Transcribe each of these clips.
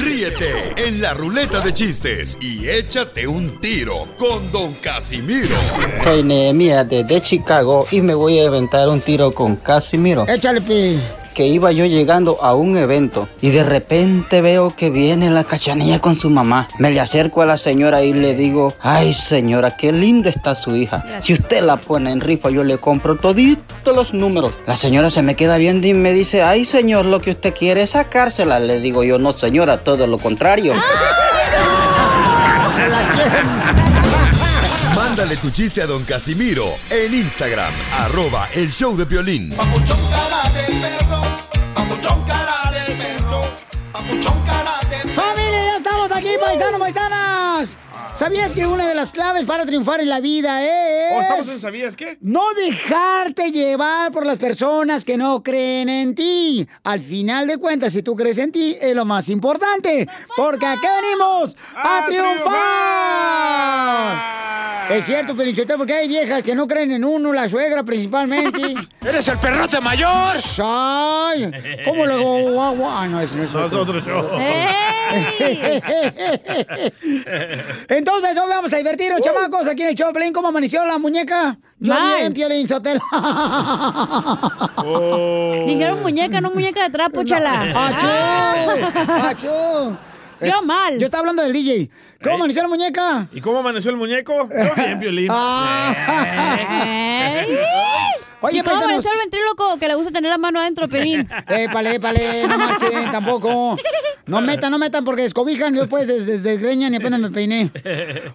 Ríete en la ruleta de chistes y échate un tiro con Don Casimiro. Soy Nehemia desde Chicago y me voy a inventar un tiro con Casimiro. Échale, pi. Que iba yo llegando a un evento y de repente veo que viene la cachanilla con su mamá. Me le acerco a la señora y le digo, ay señora, qué linda está su hija. Si usted la pone en rifa, yo le compro todito los números. La señora se me queda viendo y me dice, ay señor, lo que usted quiere es sacársela. Le digo yo, no señora, todo lo contrario. Mándale tu chiste a Don Casimiro en Instagram, arroba el show de violín. Oh, ¡Familia, ya estamos aquí, paisanos, paisanas! ¿Sabías que una de las claves para triunfar en la vida es... Oh, estamos en ¿Sabías qué? No dejarte llevar por las personas que no creen en ti. Al final de cuentas, si tú crees en ti, es lo más importante. Porque aquí venimos a, ¡A triunfar. Es cierto, Pelichotero, porque hay viejas que no creen en uno, la suegra principalmente. ¡Eres el perrote mayor! ¡Ay! ¿Cómo lo hago? Guau, guau. Ah, no, ese no es No, es otro. otro show. Entonces, hoy vamos a divertirnos, chamacos, aquí en el show. de Piolín. ¿Cómo amaneció la muñeca? Yo Mal. bien, Piolín Sotelo. Oh. Dijeron muñeca, no muñeca de trapo, chala. eh, ah, Ah. ¡Achú! ¡Achú! Yo mal. Yo estaba hablando del DJ. ¿Cómo amaneció la muñeca? Ah. ¿Y cómo amaneció el muñeco? Yo bien, Piolín. Ey. Oye, ¿Y cómo paisanos. pareció el ventríloco que le gusta tener la mano adentro, Pelín? Épale, épale, no marchen tampoco. No metan, no metan porque descobijan y después des- des- desgreñan y apenas me peiné.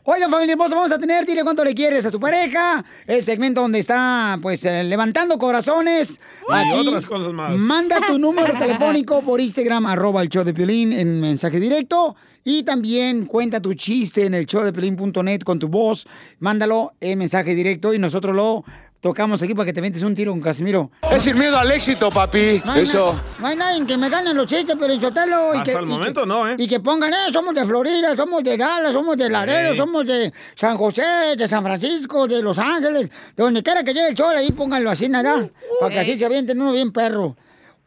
Oigan, familia hermosa, vamos a tener, dile cuánto le quieres a tu pareja. El segmento donde está, pues, eh, levantando corazones. Y otras cosas más. Manda tu número telefónico por Instagram, arroba el show de Piolín en mensaje directo. Y también cuenta tu chiste en el show de Piolín.net con tu voz. Mándalo en mensaje directo y nosotros lo tocamos aquí para que te metes un tiro con Casimiro. Es sin miedo al éxito, papi. No hay Eso. na- no hay nadie en que me ganen los chistes, pero Sotelo. Hasta el momento no, ¿eh? Y que pongan, eh, somos de Florida, somos de Dallas, somos de Laredo, Ey. somos de San José, de San Francisco, de Los Ángeles, de donde quiera que llegue el sol, ahí pónganlo así, nada. Uh, para que así se avienten uno bien perro.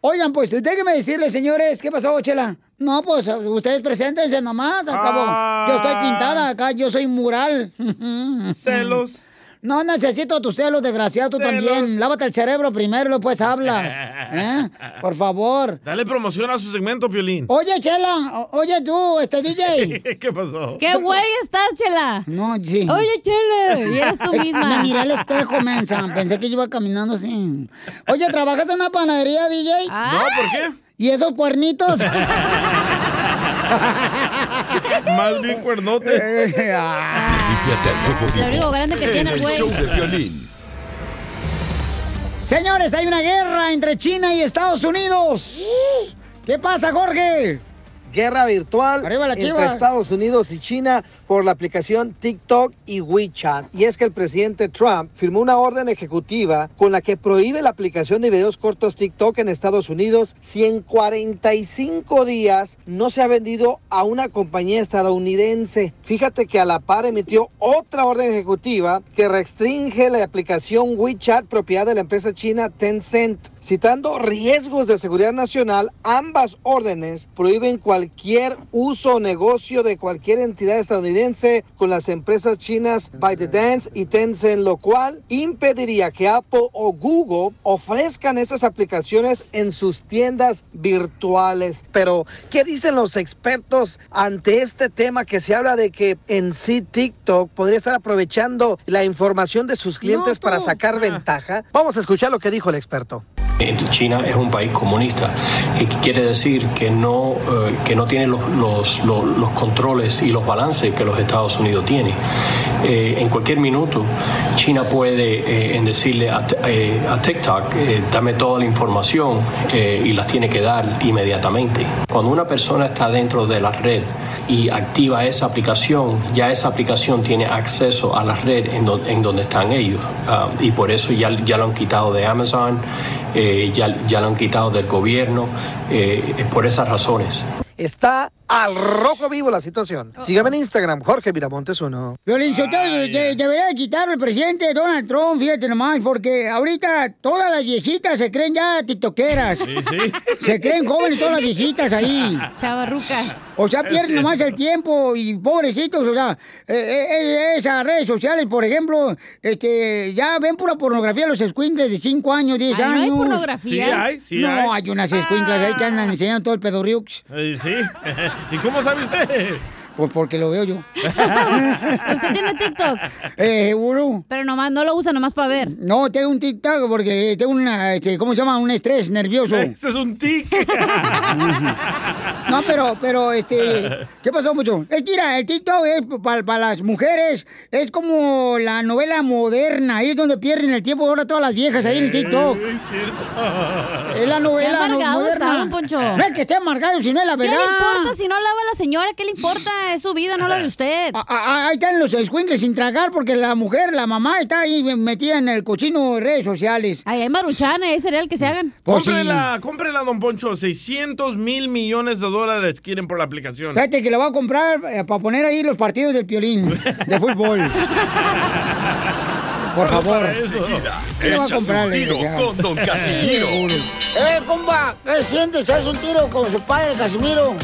Oigan, pues, déjenme decirles, señores, ¿qué pasó, Chela? No, pues, ustedes preséntense nomás, al cabo. Ah. Yo estoy pintada acá, yo soy mural. Celos. No necesito tus celos, desgraciado, tú Celos. también. Lávate el cerebro primero, después hablas. ¿eh? Por favor. Dale promoción a su segmento, Piolín. Oye, Chela, o- oye tú, este DJ. ¿Qué pasó? ¡Qué güey estás, chela! No, sí. Oye, chela, y eres tú Es- Me misma. miré al espejo, mensa. Pensé que yo iba caminando así. Oye, ¿trabajas en una panadería, DJ? No, Ah, ¿por qué? ¿Y esos cuernitos? Más bien cuernote. Eh, ah. Noticias del Grupo Lo único Vivo grande que en tiene, el güey. show de violín. Señores, hay una guerra entre China y Estados Unidos. Uh. ¿Qué pasa, Jorge? guerra virtual Arriba la entre chiva. Estados Unidos y China por la aplicación TikTok y WeChat. Y es que el presidente Trump firmó una orden ejecutiva con la que prohíbe la aplicación de videos cortos TikTok en Estados Unidos si en 45 días no se ha vendido a una compañía estadounidense. Fíjate que a la par emitió otra orden ejecutiva que restringe la aplicación WeChat propiedad de la empresa china Tencent. Citando riesgos de seguridad nacional, ambas órdenes prohíben cualquier uso o negocio de cualquier entidad estadounidense con las empresas chinas ByteDance y Tencent, lo cual impediría que Apple o Google ofrezcan esas aplicaciones en sus tiendas virtuales. Pero, ¿qué dicen los expertos ante este tema que se habla de que en sí TikTok podría estar aprovechando la información de sus clientes para sacar ventaja? Vamos a escuchar lo que dijo el experto. China es un país comunista, que quiere decir que no, eh, que no tiene los, los- los- los controles y los balances que los Estados Unidos tiene. Eh, en cualquier minuto, China puede eh, en decirle a, T- eh, a TikTok, eh, dame toda la información eh, y las tiene que dar inmediatamente. Cuando una persona está dentro de la red y activa esa aplicación, ya esa aplicación tiene acceso a la red en, do- en donde están ellos. Ah, y por eso ya, ya lo han quitado de Amazon, eh, ya, ya lo han quitado del gobierno, eh, es por esas razones. Está al rojo vivo la situación. Sígame en Instagram, Jorge Miramontes uno. Violín, Ah, Sotelo, de- debería de quitarlo el presidente Donald Trump, fíjate nomás, porque ahorita todas las viejitas se creen ya tiktokeras. Se creen jóvenes todas las viejitas ahí. Chavarrucas. O sea, Es pierden nomás cierto. el tiempo y pobrecitos, o sea, eh, eh, eh, esas redes sociales, por ejemplo, este, ya ven pura pornografía los escuincles de 5 años, 10 Ay, ¿no hay años. pornografía? Ah. Sí hay, sí No, hay. hay, unas escuinclas ahí que andan enseñando todo el pedorriux. Eh, sí. ¿Y cómo sabe usted? Pues porque lo veo yo. ¿Usted tiene TikTok? Eh, seguro. Pero nomás no lo usa nomás para ver. No, tengo un TikTok porque tengo una, este, ¿cómo se llama? Un estrés nervioso. Ese es un tic. No, pero, pero, este, ¿qué pasó, mucho? Es que, mira, el TikTok es para las mujeres, es como la novela moderna, ahí es donde pierden el tiempo ahora todas las viejas ahí en el TikTok. Es cierto. Es la novela no- amargado moderna. está, don Poncho. No es que esté amargado, sino es la ¿Qué le verdad. importa si no lava la señora? ¿Qué le importa? Es su vida, no la de usted. Ah, Ahí están los escuincles sin tragar porque la mujer, la mamá está ahí metida en el cochino de redes sociales. Mm. Pues Ay, hay maruchana, ese era el que se hagan. Cómprela, cómprela, don Poncho. 600 mil millones de dólares quieren por la aplicación. Fíjate que lo voy a comprar eh, para poner ahí los partidos del piolín de fútbol. Por favor. Enseguida, ¿Qué le va a échate comprar, un tiro desgraciado? con Don Casimiro. ¡Eh, compa! ¿Qué sientes? ¿Haz un tiro con su padre, Casimiro?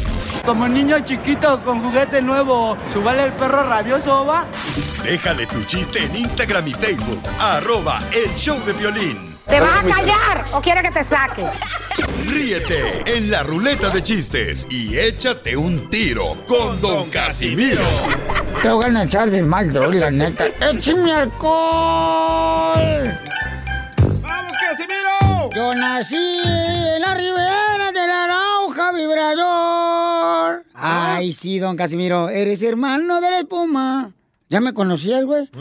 Como niño chiquito con juguete nuevo, subale el perro rabioso, va. Déjale tu chiste en Instagram y Facebook, arroba el show de violín. ¿Te vas a callar o quieres que te saque? Ríete en la ruleta de chistes y échate un tiro con Don Casimiro. Te voy a ganar echar de mal, droga, la neta. ¡Échame alcohol! ¡Vamos, Casimiro! Yo nací en la ribera de la Arauja Vibrador. Ay, sí, don Casimiro, eres hermano de la espuma. ¿Ya me conocías, güey?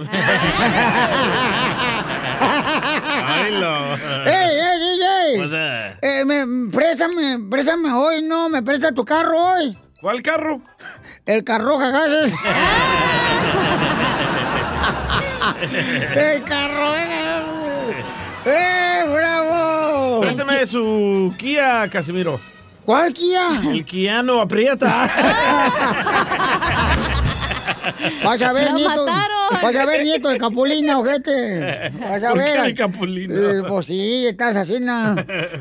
¡Ay, lo! ¡Ey, ey, ey, ey! What's that? Eh, me, préstame, préstame hoy, no, me presta tu carro hoy. ¿Cuál carro? El carro jagases. El carro eh. ¡Eh, bravo! Préstame su Kia, Casimiro. ¿Cuál Kia? El Kiano aprieta. Vas a ver, ¡Lo nieto. mataron! Vas a ver, nieto de Capulina, ojete. Vas a ¿Por qué ver. de Capulina? Eh, pues sí, estás así, na.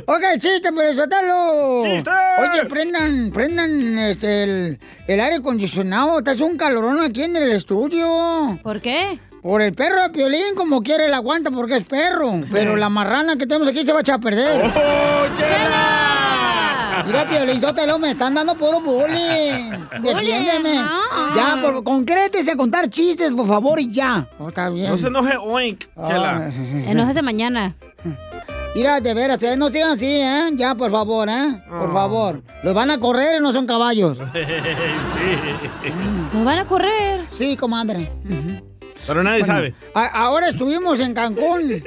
ok, chiste, pues suéltalo. ¡Chiste! Oye, prendan, prendan este, el, el aire acondicionado. Estás un calorón aquí en el estudio. ¿Por qué? Por el perro de Piolín, como quiere, la aguanta porque es perro. Pero la marrana que tenemos aquí se va a echar a perder. ¡Oh, chela! Mira, Piolín, Sotelo, me están dando puro bullying. Defiéndeme. no. Ya, por, concrétese a contar chistes, por favor, y ya. Oh, está bien. No se enoje, oink, Ah, chela. Enójese mañana. Mira, de veras, eh, no sigan así, ¿eh? Ya, por favor, ¿eh? Ah. Por favor. Los van a correr, no son caballos. sí. ¿Los van a correr? Sí, comadre. Pero nadie sabe. A- ahora estuvimos en Cancún.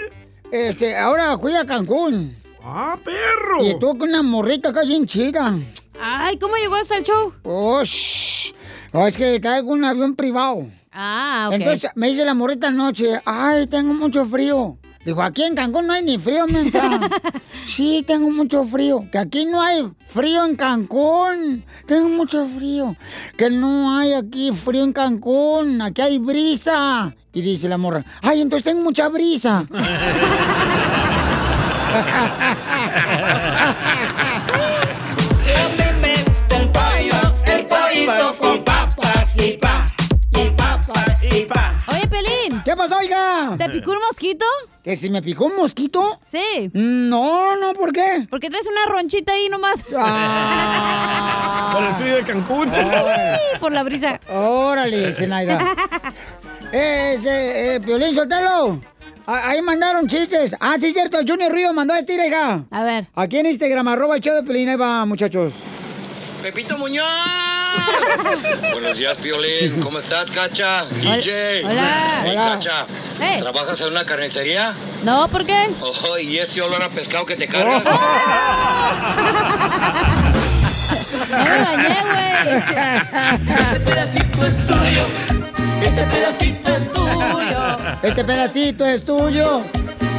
Este, ahora fui a Cancún. ¡Ah, perro! Y estuvo con una morrita casi en chida. Ay, ¿cómo llegó hasta el show? Oh, shh. Oh, es que traigo un avión privado. Ah, ok. Entonces me dice la morrita anoche, ay, tengo mucho frío. Dijo, aquí en Cancún no hay ni frío, mensa. sí, tengo mucho frío. Que aquí no hay frío en Cancún. Tengo mucho frío. Que no hay aquí frío en Cancún. Aquí hay brisa. Y dice la morra, ay, entonces tengo mucha brisa. el pollo, el pollito con papas y pa, y papas y pa. Oye, Pelín. ¿Qué pasó, oiga? ¿Te picó un mosquito? ¿Que si me picó un mosquito? Sí. No, no, ¿por qué? Porque traes una ronchita ahí nomás. Ah. Por el frío de Cancún. Sí, por la brisa. Oh. Órale, Zenaida. eh, eh, eh, Piolín, soltalo. A- Ahí mandaron chistes. Ah, sí, cierto. Junior Río mandó este, oiga. A ver. Aquí en Instagram, arroba el show de Piolín. Ahí va, muchachos. Pepito Muñoz. Buenos días, Violín. ¿Cómo estás, Cacha? DJ. hola. Hey, Hola. Cacha. Hey. ¿Trabajas en una carnicería? Eh, No, ¿por qué? Oh, y ese olor a pescado Oh. que te cargas. No me bañé, güey. Este pedacito es tuyo. Este pedacito es tuyo. Este pedacito es tuyo.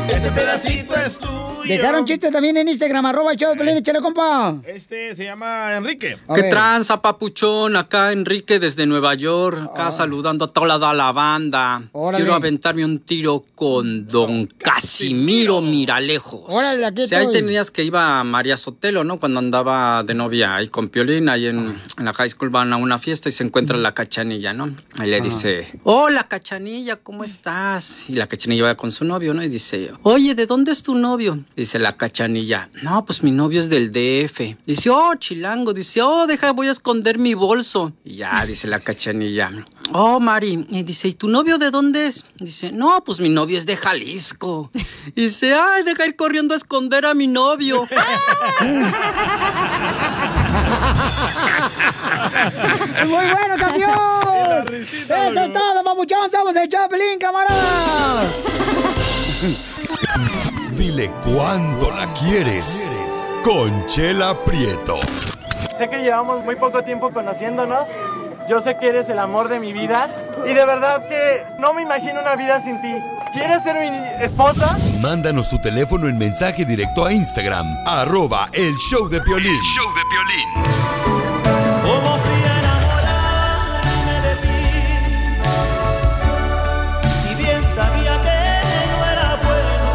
Este pedacito es tuyo. Dejaron chistes también en Instagram, arroba el show de Piolín. Échale, compa. Este se llama Enrique. ¿Qué tranza, papuchón? Acá Enrique desde Nueva York, acá saludando a toda la banda. Ah. Órale. Quiero aventarme un tiro con don Casimiro Miralejos. Órale, aquí Si ahí estoy. tenías que iba María Sotelo, ¿no? Cuando andaba de novia ahí con Piolín, ahí en, en la high school van a una fiesta y se encuentra la cachanilla, ¿no? Ahí le dice, Hola, cachanilla, ¿cómo estás? y la cachanilla va con su novio, ¿no? Y dice, oye, ¿de dónde es tu novio? Dice la cachanilla, no, pues mi novio es del DF. Dice, oh, chilango. Dice, oh, deja, voy a esconder mi bolso. Y ya, dice la cachanilla, oh, Mari. Y dice, ¿y tu novio de dónde es? Dice, no, pues mi novio es de Jalisco. Dice, ay, deja ir corriendo a esconder a mi novio. ¡Muy bueno, campeón! ¡Eso es todo, papuchón! ¡Somos el Chaplin, camaradas! Dile cuándo la quieres. Conchela Prieto. Sé que llevamos muy poco tiempo conociéndonos. Yo sé que eres el amor de mi vida. Y de verdad que no me imagino una vida sin ti. ¿Quieres ser mi esposa? Mándanos tu teléfono en mensaje directo a Instagram, arroba el show de Piolín. Como fui a enamorarme de ti y bien sabía que no era bueno.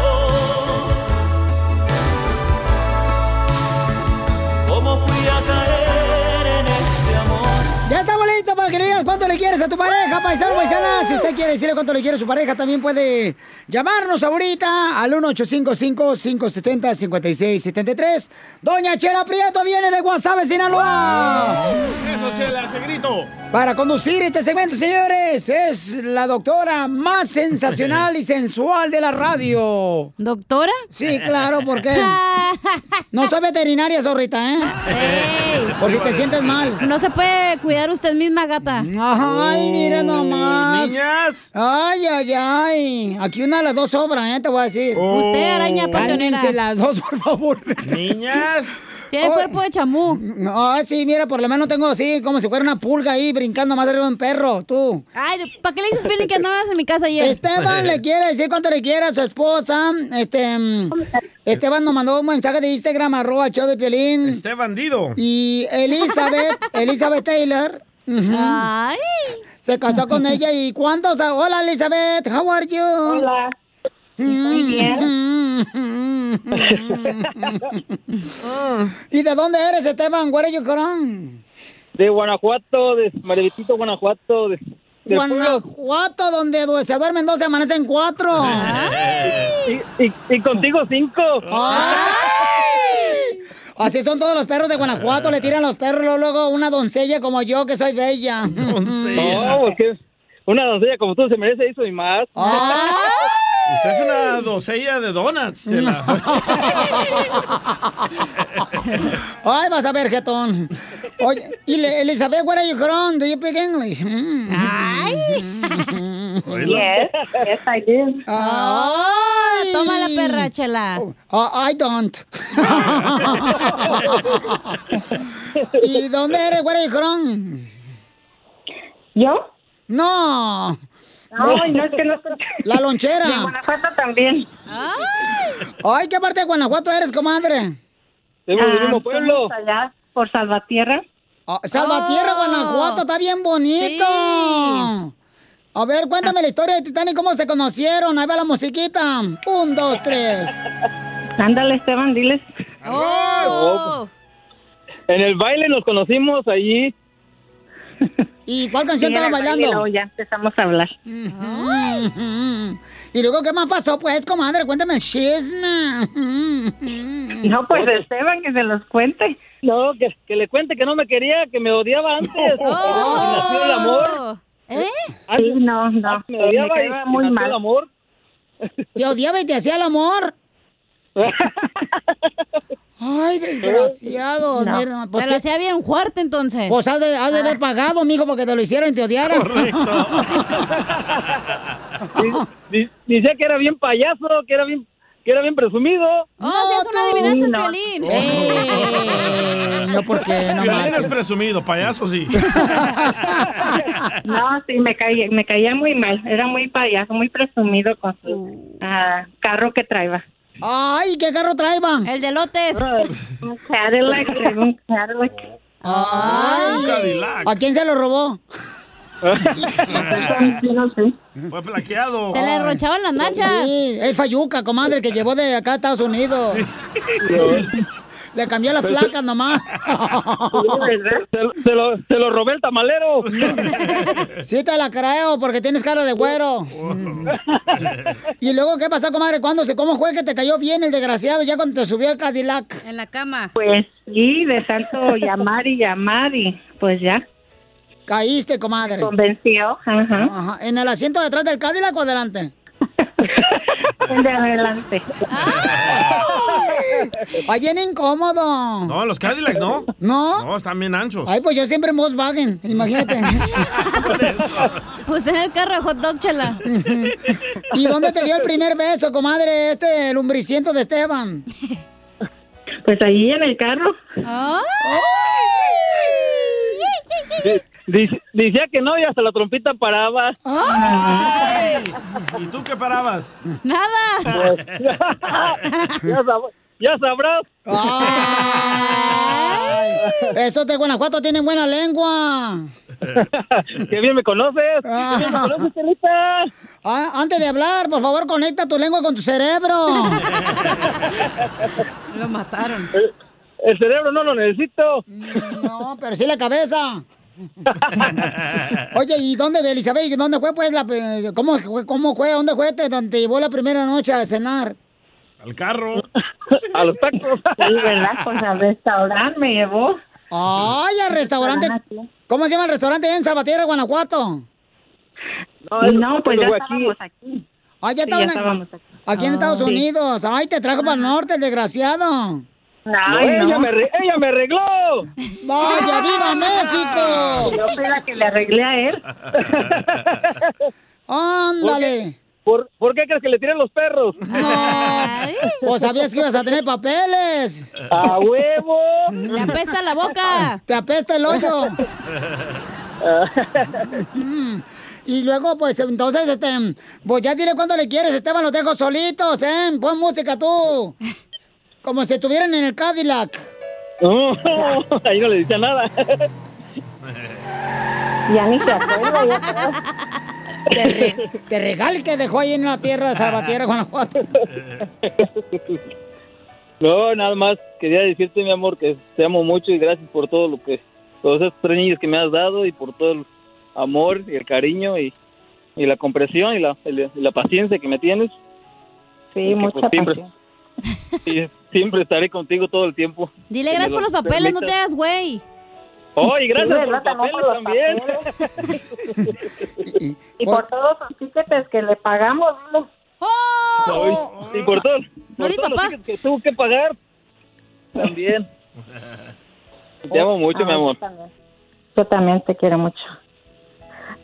Como fui a caer en este amor. Ya estamos listos para que le digas cuánto le quieres a tu pareja, paisano, paisana. Si usted quiere decirle cuánto le quiere a su pareja, también puede llamarnos ahorita al 1855-570-5673. Doña Chela Prieto viene de Guasave, Sinaloa. Eso se le hace grito. Para conducir este segmento, señores, es la doctora más sensacional y sensual de la radio. ¿Doctora? Sí, claro, porque no soy veterinaria, zorrita, ¿eh? Por si te sientes mal. No se puede cuidar usted misma, gata. Oh. Ay, mira nomás. Niñas. Ay, ay, ay. Aquí una de las dos sobra, ¿eh? Te voy a decir. Oh. Usted, araña panteonera. Cálmense las dos, por favor. Oh. Niñas. Tiene cuerpo de chamú. No, sí, mira, por lo menos tengo así, como si fuera una pulga ahí, brincando más arriba de un perro, tú. Ay, ¿para qué le dices, Pelín, que andabas en mi casa ayer? Esteban le quiere decir cuánto le quiere a su esposa. Este, mm, Esteban nos mandó un mensaje de Instagram, arroba el show de Piolín. Este bandido. Y Elizabeth, Elizabeth Taylor. ujú, Se casó con ella y ¿cuántos? Hola Elizabeth, how are you? Hola. Muy bien. ¿Y de dónde eres, Esteban? Where are you from? De Guanajuato, de Marielito, Guanajuato. De, de Guanajuato, donde du- se duermen dos, se amanecen cuatro. Y, y- y contigo cinco. ¡Ay! Así son todos los perros de Guanajuato, le tiran los perros luego, luego una doncella como yo que soy bella. No, porque una doncella como tú se merece eso y más. Usted es una docella de donuts. Chela. Ay, vas a ver, jetón. Oye, y le- Elizabeth, where are you from? Do you speak English? Mm. Ay. Yes, yes, I do. Oh, Ay. Toma la perra, chela. Ah, I don't. ¿Y dónde eres? Where are you from? ¿Yo? No. Ay, no, es que no La lonchera. De Guanajuato también. Ay, ¿qué parte de Guanajuato eres, comadre? Somos del Ah, mismo pueblo. allá Ah, por Salvatierra. Ah, Salvatierra, Oh. Guanajuato, está bien bonito. A ver, cuéntame la historia de Titanic, cómo se conocieron. Ahí va la musiquita. Un, dos, tres. Ándale, Esteban, diles. ¡Oh! En el baile nos conocimos allí. ¿Y cuál canción Sí, en estaba el baile, bailando? luego ya empezamos a hablar. Y luego, ¿qué más pasó? Pues, comadre, cuéntame el chisme. No, pues Esteban, que se los cuente. No, que, que le cuente que no me quería, que me odiaba antes. Oh. Nació el amor. ¿Eh? Sí, no, no. Me odiaba Me y caía me muy nació mal. el amor. Te odiaba y te hacía el amor. Ay, desgraciado. No. mierda, Te lo hacía bien fuerte, entonces. Ah. Pues has de, has de haber pagado, mijo, porque te lo hicieron y te odiaron. Di- Decía que era bien payaso, que era bien, que era bien presumido. No, seas una adivinanza, Sí, no. Piolín. Oh. Eh, no, porque no Violín marches. es presumido, payaso sí. No, sí, me caía, me caía muy mal. Era muy payaso, muy presumido con su Uh. ah, carro que traía. Ay, ¿qué carro Ah. traían? El de lotes. Un Cadillac, traía un Cadillac. Ay. ¿A quién se lo robó? Fue plaqueado. Se le derrochaban las nachas. Sí, el Fayuca, comadre, que llevó de acá a Estados Unidos. Le cambió las placas nomás. Se, se lo, se lo robé el tamalero. Sí te la creo, porque tienes cara de güero. ¿Y luego qué pasó, comadre? ¿Cuándo se, cómo fue que te cayó bien el desgraciado ya cuando te subió el Cadillac? En la cama. Pues sí, de tanto llamar y llamar y pues ya. Caíste, comadre. Convenció, ajá. Ajá. ¿En el asiento de atrás del Cadillac o adelante? De adelante. Ay, bien incómodo. No, los Cadillacs no. ¿No? No, están bien anchos. Ay, pues yo siempre en Volkswagen, imagínate. Pues en el carro de hot dog, chela. ¿Y dónde te dio el primer beso, comadre, este lumbriciento de Esteban? Pues ahí en el carro. Di- di- Decía que no y hasta la trompita paraba. ¿Y tú qué parabas? Nada. ya, sab- ya sabrás. Ah. Estos de Guanajuato tienen buena lengua. Qué bien me conoces. Ah. Qué bien me conoces, Telita. Ah, antes de hablar, por favor, conecta tu lengua con tu cerebro. Lo mataron. El, el cerebro no lo necesito. No, pero sí la cabeza. Oye, ¿y dónde, Elizabeth? ¿Dónde fue, pues, la, eh, cómo, fue- cómo fue? ¿Dónde fue te- donde te llevó la primera noche a cenar? Al carro. A los tacos. Sí, ¿verdad? Pues al restaurante me llevó. Ay, al restaurante. ¿Cómo se llama el restaurante allá en Salvatierra, Guanajuato? No, pues ya estábamos aquí. Ah, ya Sí, ya estaban estábamos aquí. aquí en Ah. Estados Sí. Unidos. Ay, te trajo para el norte, el desgraciado. Ay, ella, no. me arre- ella me arregló. ¡Vaya, viva México! Yo fui la que le arreglé a él. ¡Ándale! ¿Por, por qué crees que le tiré los perros? ¿O Pues, sabías que ibas a tener papeles? ¡A huevo! Le apesta la boca. ¡Te apesta el hoyo! Mm. Y luego, pues, entonces, este, pues ya dile cuándo le quieres, Esteban, los dejo solitos, ¿eh? Pon música tú. Como si estuvieran en el Cadillac. No, ahí no le decía nada. Ya ni se acuerda, ya creo. Te, re- te regal que dejó ahí en la tierra de Salvatierra, Guanajuato. No, nada más quería decirte, mi amor, que te amo mucho y gracias por todo lo que, todos esos tres niños que me has dado y por todo el amor y el cariño y, y la comprensión y la, y la- y la paciencia que me tienes. Sí, Y que, mucha pues, siempre, pasión. sí, siempre estaré contigo todo el tiempo. Dile Que gracias me por los papeles, no te permitas. hagas güey. Oh, y gracias Sí, por los ¿verdad? También papeles por los también. Y por todos los tickets que le pagamos, dile. Ay, Y por todo, por di todos los papá. tickets que tuvo que pagar también. Te amo mucho, Ah, mi amor. Yo también. Yo también te quiero mucho.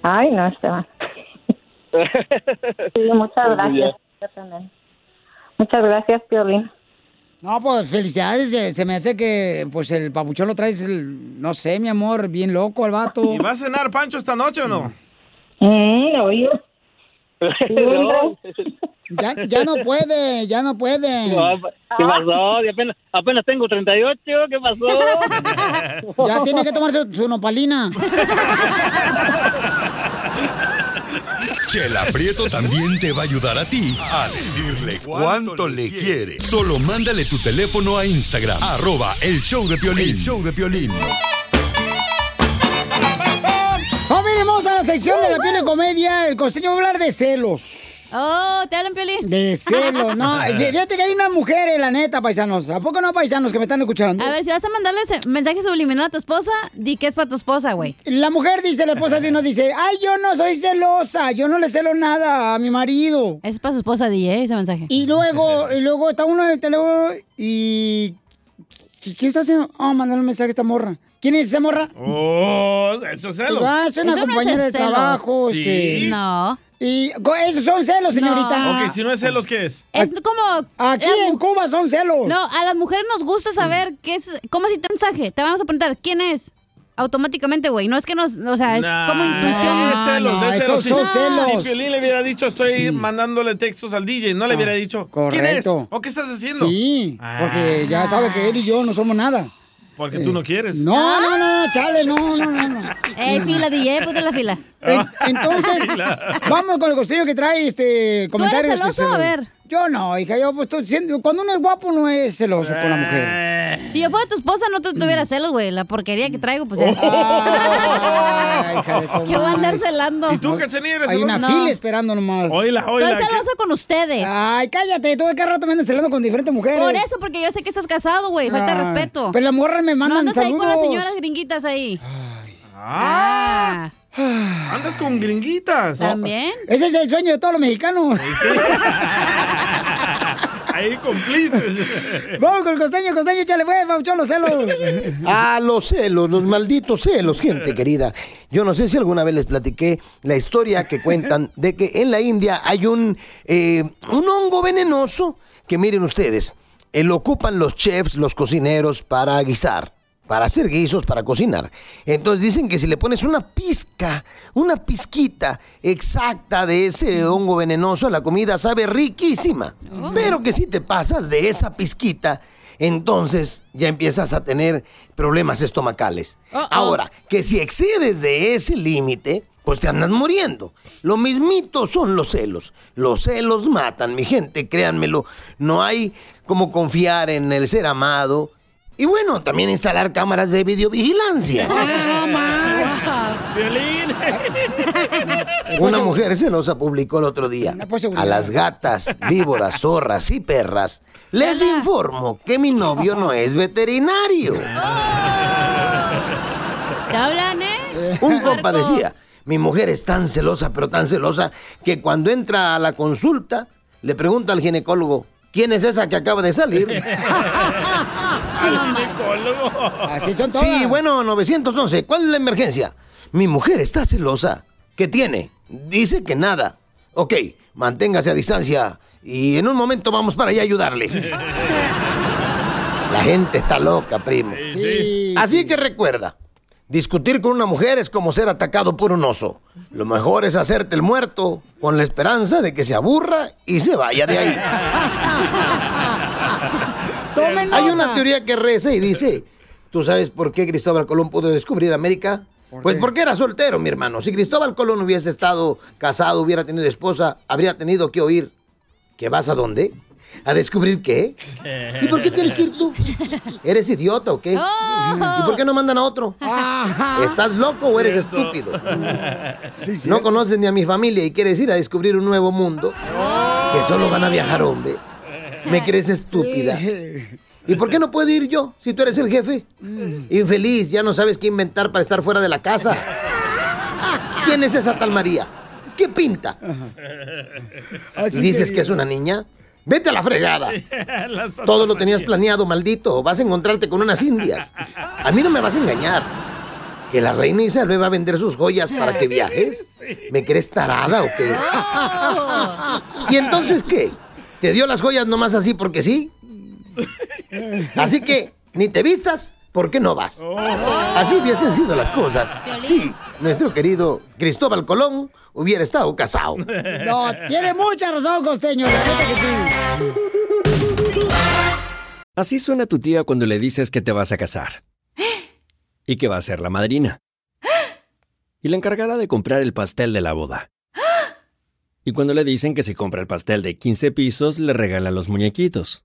Ay, no, Esteban. Sí, muchas Pues, muy bien. gracias. Yo también. Muchas gracias, Piolín. No, pues felicidades. Se, se me hace que pues el papuchón lo traes, el- no sé, mi amor, bien loco al vato. ¿Y va a cenar Pancho esta noche o no? Mm, oye. No, Ya, ya no puede, ya no puede. Ah, ¿Qué pasó? Y apenas, apenas tengo 38, ¿qué pasó? Ya tiene que tomar su, su nopalina. Chela Prieto también te va a ayudar a ti a decirle cuánto le quiere. Solo mándale tu teléfono a Instagram, arroba el show de Piolín. El show de Piolín. Vamos a la sección de la piel de comedia. El costeño va a hablar de celos. Oh, ¿te hablan, Piolín? De celos, no. Fíjate que hay unas mujeres, la neta, paisanos. ¿A poco no, paisanos, que me están escuchando? A ver, si vas a mandarle ese mensaje subliminal a tu esposa, di que es para tu esposa, güey. La mujer dice, la esposa de uno dice, ay, yo no soy celosa, yo no le celo nada a mi marido. Es para su esposa, DJ, ese mensaje. Y luego, y luego está uno en el teléfono y... ¿Qué, qué está haciendo? Ah, mandar un mensaje a esta morra. ¿Quién es esa morra? Oh, eso es celos. Ah, Pues es una Eso no compañera es de celos. trabajo. Sí. este. No. Y co- esos son celos, señorita. Eh, Ok, si no es celos, ¿qué es? Es como... Aquí en Cuba son celos. Mm. No, a las mujeres nos gusta saber qué es... ¿Cómo si te mensaje? Te vamos a preguntar, ¿quién es? Automáticamente, güey. No es que nos... O sea, es Nah, como intuición. Ah. no, es celos, no, es esos celos. Si- son celos. Si Piolín le hubiera dicho, estoy mandándole textos al DJ, no le hubiera dicho, ¿quién es? correcto. ¿O qué estás haciendo? Ah. Sí, porque ya sabe que él y yo no somos nada. Porque tú no quieres. No, no, no, chale, no, no, no. no. Ey, fila, DJ, ponte la fila. En- entonces, vamos con el costeño que trae este comentario. celoso? A ver. Yo no, hija, yo pues estoy diciendo, cuando uno es guapo no es celoso con Eh. la mujer. Si yo fuera tu esposa, no te tuviera Mm. celos, güey. La porquería que traigo, pues... Oh. ¿Qué voy a andar celando? ¿Y tú, Casemiro, Hay una No. fila esperando nomás. Oíla, Soy celosa con ustedes. Ay, cállate, tú de cada rato me andas celando con diferentes mujeres. Por eso, porque yo sé que estás casado, güey. Falta de Ay, respeto. pero las morras me mandan No andas ahí con las saludos. señoras gringuitas ahí. Ah. Andas con gringuitas. Pues ¿También? Ese es el sueño de todos los mexicanos. Ahí cumpliste. Vamos con el costeño, costeño, chale, pues, Pauchón, los celos. Ah, los celos, los malditos celos, gente querida. Yo no sé si alguna vez les platiqué la historia que cuentan de que en la India hay un, eh, un hongo venenoso que miren ustedes, eh, lo ocupan los chefs, los cocineros para guisar, para hacer guisos, para cocinar. Entonces dicen que si le pones una pizca, una pizquita exacta de ese hongo venenoso, la comida sabe riquísima. Pero que si te pasas de esa pizquita, entonces ya empiezas a tener problemas estomacales. Ahora, que si excedes de ese límite, pues te andas muriendo. Lo mismito son los celos. Los celos matan, mi gente, créanmelo. No hay como confiar en el ser amado. Y bueno, también instalar cámaras de videovigilancia. Violín. Una mujer celosa publicó el otro día. Pues, Ah, A las gatas, víboras, zorras y perras, les informo que mi novio no es veterinario. Oh. ¿Te hablan, eh? Un compa decía, mi mujer es tan celosa, pero tan celosa, que cuando entra a la consulta, le pregunta al ginecólogo, ¿quién es esa que acaba de salir? Ah, Así son todas. Sí, bueno, 911. ¿Cuál es la emergencia? Mi mujer está celosa. ¿Qué tiene? Dice que nada. Ok, manténgase a distancia y en un momento vamos para allá a ayudarle. La gente está loca, primo. Así que recuerda, discutir con una mujer es como ser atacado por un oso. Lo mejor es hacerte el muerto con la esperanza de que se aburra y se vaya de ahí. Hay una teoría que reza y dice, ¿tú sabes por qué Cristóbal Colón pudo descubrir América? Pues porque era soltero, mi hermano. Si Cristóbal Colón hubiese estado casado, hubiera tenido esposa, habría tenido que oír. ¿Que vas a dónde? ¿A descubrir qué? ¿Y por qué tienes que ir tú? ¿Eres idiota o qué? ¿Y por qué no mandan a otro? ¿Estás loco o eres estúpido? No conoces ni a mi familia y quieres ir a descubrir un nuevo mundo que solo van a viajar hombres. Me crees estúpida. ¿Y por qué no puedo ir yo si tú eres el jefe? Infeliz, ya no sabes qué inventar para estar fuera de la casa. ¿Quién es esa tal María? ¿Qué pinta? Así ¿Dices sería. que es una niña? Vete a la fregada. Las Todo lo tenías planeado, maldito. Vas a encontrarte con unas indias. A mí no me vas a engañar. ¿Que la reina Isabel va a vender sus joyas para que viajes? ¿Me crees tarada o qué? Ah, ¿Y entonces qué? ¿Te dio las joyas nomás así porque sí? Así que, ni te vistas, porque no vas? ah. Así hubiesen sido las cosas. Sí, nuestro querido Cristóbal Colón hubiera estado casado. No, tiene mucha razón, costeño, la neta que sí. Así suena tu tía cuando le dices que te vas a casar. Y que va a ser la madrina. Y la encargada de comprar el pastel de la boda. Y cuando le dicen que si compra el pastel de 15 pisos, le regala los muñequitos.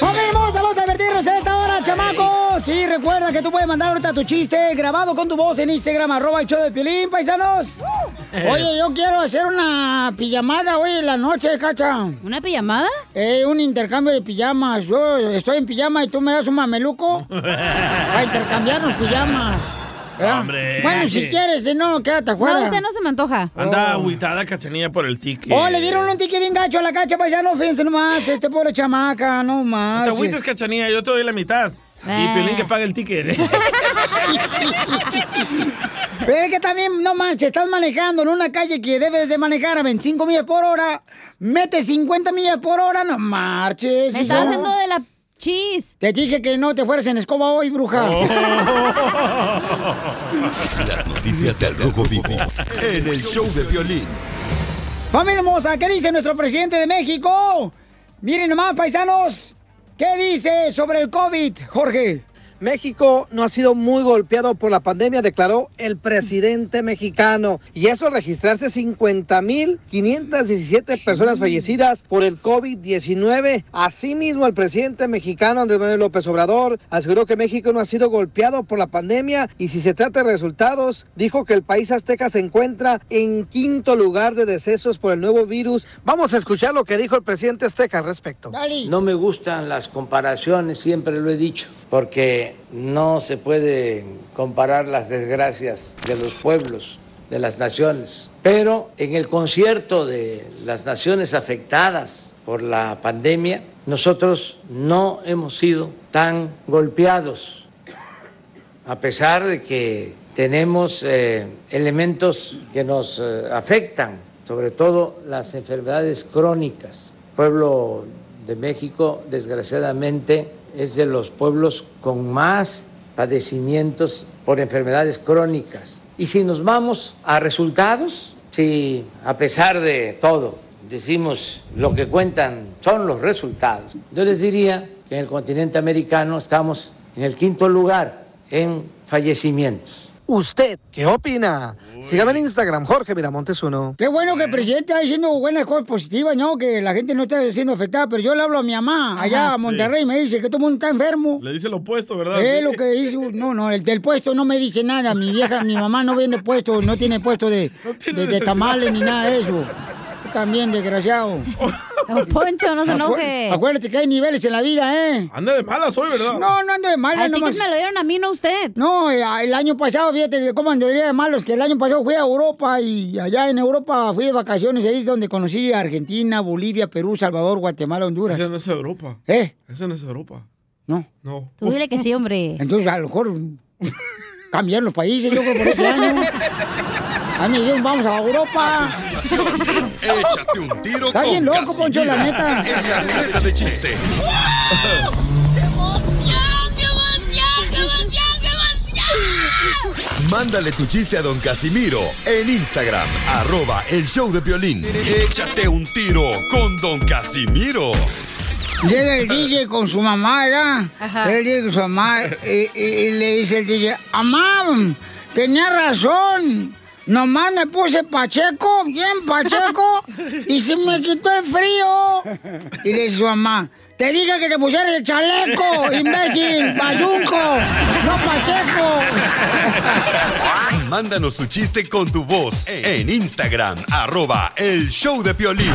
¡Familia hermosa! Vamos a divertirnos en esta hora, chamacos. Y recuerda que tú puedes mandar ahorita tu chiste grabado con tu voz en Instagram, arroba el show de Piolín, paisanos. Uh. Oye, yo quiero hacer una pijamada hoy en la noche, cacha. ¿Una pijamada? Eh, un intercambio de pijamas. Yo estoy en pijama y tú me das un mameluco para intercambiarnos pijamas. ¿verdad? Hombre. Bueno, si quieres, si no, quédate afuera. Eh, No, usted no se me antoja. Anda agüitada Cachanilla por el ticket. Oh, le dieron un ticket bien gacho a la cacha, paisano. Fíjense nomás, este pobre chamaca, no No más. Te agüites, Cachanilla, yo te doy la mitad. Eh. Y Piolín que paga el ticket. Pero es que también, no manches, estás manejando en una calle que debes de manejar a 25 millas por hora, mete 50 millas por hora, no marches. Me estaba haciendo de la chis. Te dije que no te fueras en escoba hoy, bruja. Las noticias del Rojo Vivo en el show de violín. Familia hermosa, ¿qué dice nuestro presidente de México? Miren nomás, paisanos, ¿qué dice sobre el COVID, Jorge? México no ha sido muy golpeado por la pandemia, declaró el presidente mexicano. Y eso al registrarse 50.517 personas fallecidas por el COVID-19. Asimismo, el presidente mexicano Andrés Manuel López Obrador aseguró que México no ha sido golpeado por la pandemia y si se trata de resultados, dijo que el país azteca se encuentra en quinto lugar de decesos por el nuevo virus. Vamos a escuchar lo que dijo el presidente azteca al respecto. No me gustan las comparaciones, siempre lo he dicho, porque no se puede comparar las desgracias de los pueblos, de las naciones. Pero en el concierto de las naciones afectadas por la pandemia, nosotros no hemos sido tan golpeados, a pesar de que tenemos eh, elementos que nos eh, afectan, sobre todo las enfermedades crónicas. Pueblo de México, desgraciadamente, es de los pueblos con más padecimientos por enfermedades crónicas. Y si nos vamos a resultados, si a pesar de todo decimos lo que cuentan son los resultados, yo les diría que en el continente americano estamos en el quinto lugar en fallecimientos. ¿Usted qué opina? Sígame en Instagram, Jorge Miramontes uno. Qué bueno que el presidente está diciendo buenas cosas positivas, ¿no? Que la gente no está siendo afectada, pero yo le hablo a mi mamá allá Ajá. a Monterrey y me dice que todo el mundo está enfermo. Le dice lo opuesto, ¿verdad? Eh, Es Eh, lo que hizo. No, no, el del puesto no me dice nada. Mi vieja, mi mamá no vende puesto, no tiene puesto de, tiene de- de tamales ni necesidad. nada de eso. Tú también, desgraciado. Poncho, no se enoje. acuérdate que hay niveles en la vida, ¿eh? Anda de malas hoy, ¿verdad? No, no ando de malas. Al ticket me lo dieron a mí, no usted. No, eh, el año pasado, fíjate que cómo andaría de malos, que el año pasado fui a Europa y allá en Europa fui de vacaciones, ahí es donde conocí a Argentina, Bolivia, Perú, Salvador, Guatemala, Honduras. Esa no es Europa. ¿Eh? Esa no es Europa. No. No. Tú dile que sí, hombre. Entonces, a lo mejor cambiaron los países, yo creo, por ese año. A mí me dijeron, vamos a Europa. Échate un tiro Está con bien loco, Poncho, la Casimiro neta. En la ruleta de chiste. Mándale tu chiste a don Casimiro en Instagram, arroba el show de violín. Échate un tiro con don Casimiro. Llega el DJ con su mamá, ¿verdad? Ajá. Llega el DJ con su mamá y, y- y le dice el DJ, mamá, tenía razón. Nomás me puse Pacheco, bien Pacheco, y se me quitó el frío. Y le dice su mamá, te dije que te pusieras el chaleco, imbécil, payunco, no Pacheco. Mándanos tu chiste con tu voz en Instagram, arroba el show de Piolín.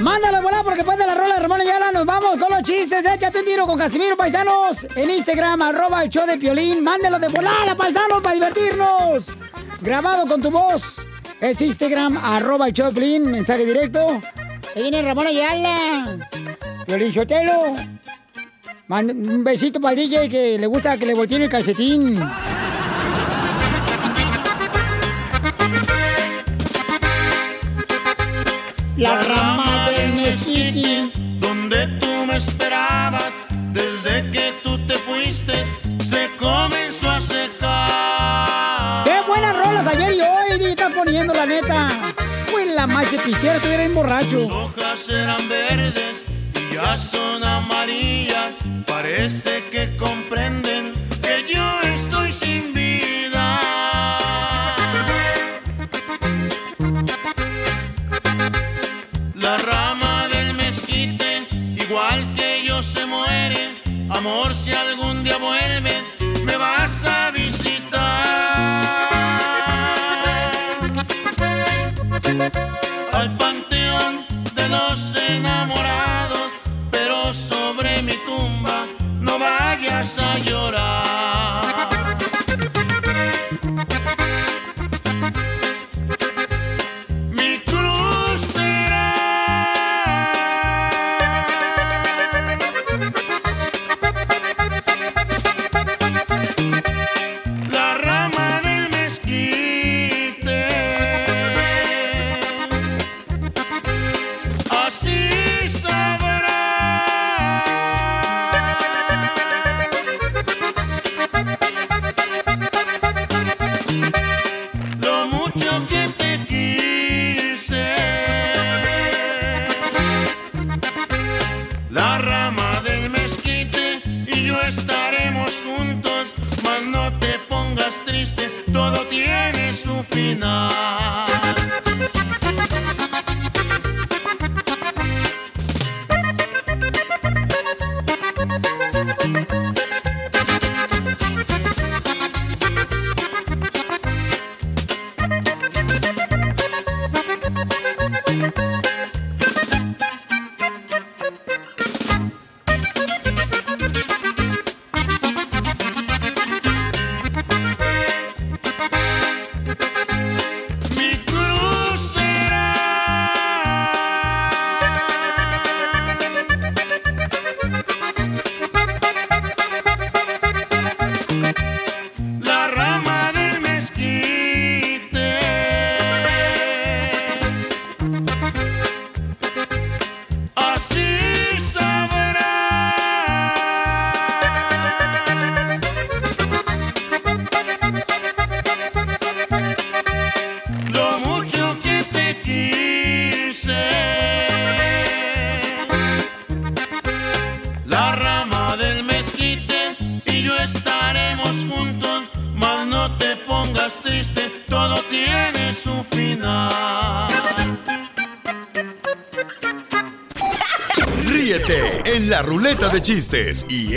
Mándalo a volar porque después de la rola de Ramón Ayala nos vamos con los chistes. Échate un tiro con Casimiro Paisanos en Instagram, arroba el show de Piolín. Mándalo de volada, paisanos, para divertirnos. Grabado con tu voz. Es Instagram, arroba el show de Piolín, mensaje directo. Ahí viene Ramón Ayala. Piolín Sotelo. Mande- Un besito para el DJ que le gusta que le volteen el calcetín. La rama del mezquite Donde tú me esperabas Desde que tú te fuiste Se comenzó a secar ¡Qué buenas rolas ayer y hoy! DJ, estás poniendo, la neta. Pues la más de pistear, estuviera bien Sus borracho. hojas eran verdes Y ya son amarillas Parece que comprenden Que yo estoy sin vida La rama del mezquite, igual que yo se muere. Amor, si algún día vuelves, me vas a visitar. Al panteón de los enamorados, pero sobre mi tumba no vayas a llorar. Mi cruz será la rama del mezquite. Así sabrás lo mucho que te quise. La rama del mezquite y yo estaremos juntos, mas no te pongas triste, todo tiene su final. Mi cruz será la rama del mezquite. Así sabrás lo mucho que te quise. La rama del mezquite y yo estaremos juntos, mas no te pongas triste, todo tiene su final. Ríete en la ruleta de chistes y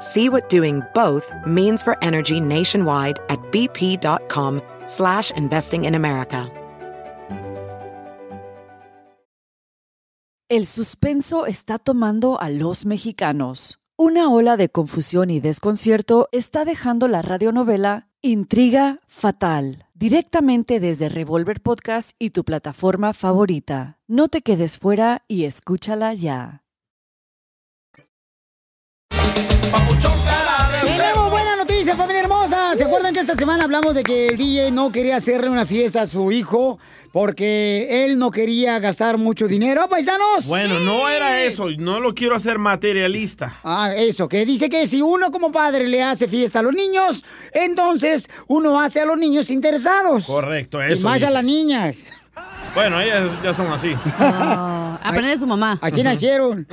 See what doing both means for energy nationwide at bp.com slash investing in America. El suspenso está tomando a los mexicanos. Una ola de confusión y desconcierto está dejando la radionovela Intriga Fatal, directamente desde Revolver Podcast y tu plataforma favorita. No te quedes fuera y escúchala ya. acuerdan que esta semana hablamos de que el DJ no quería hacerle una fiesta a su hijo porque él no quería gastar mucho dinero, paisanos? Bueno, no era eso, no lo quiero hacer materialista. Ah, eso, que dice que si uno como padre le hace fiesta a los niños, entonces uno hace a los niños interesados. Correcto, Y eso. más a las niñas. Bueno, ellas ya son así. Ah. aprende su mamá. Así nacieron.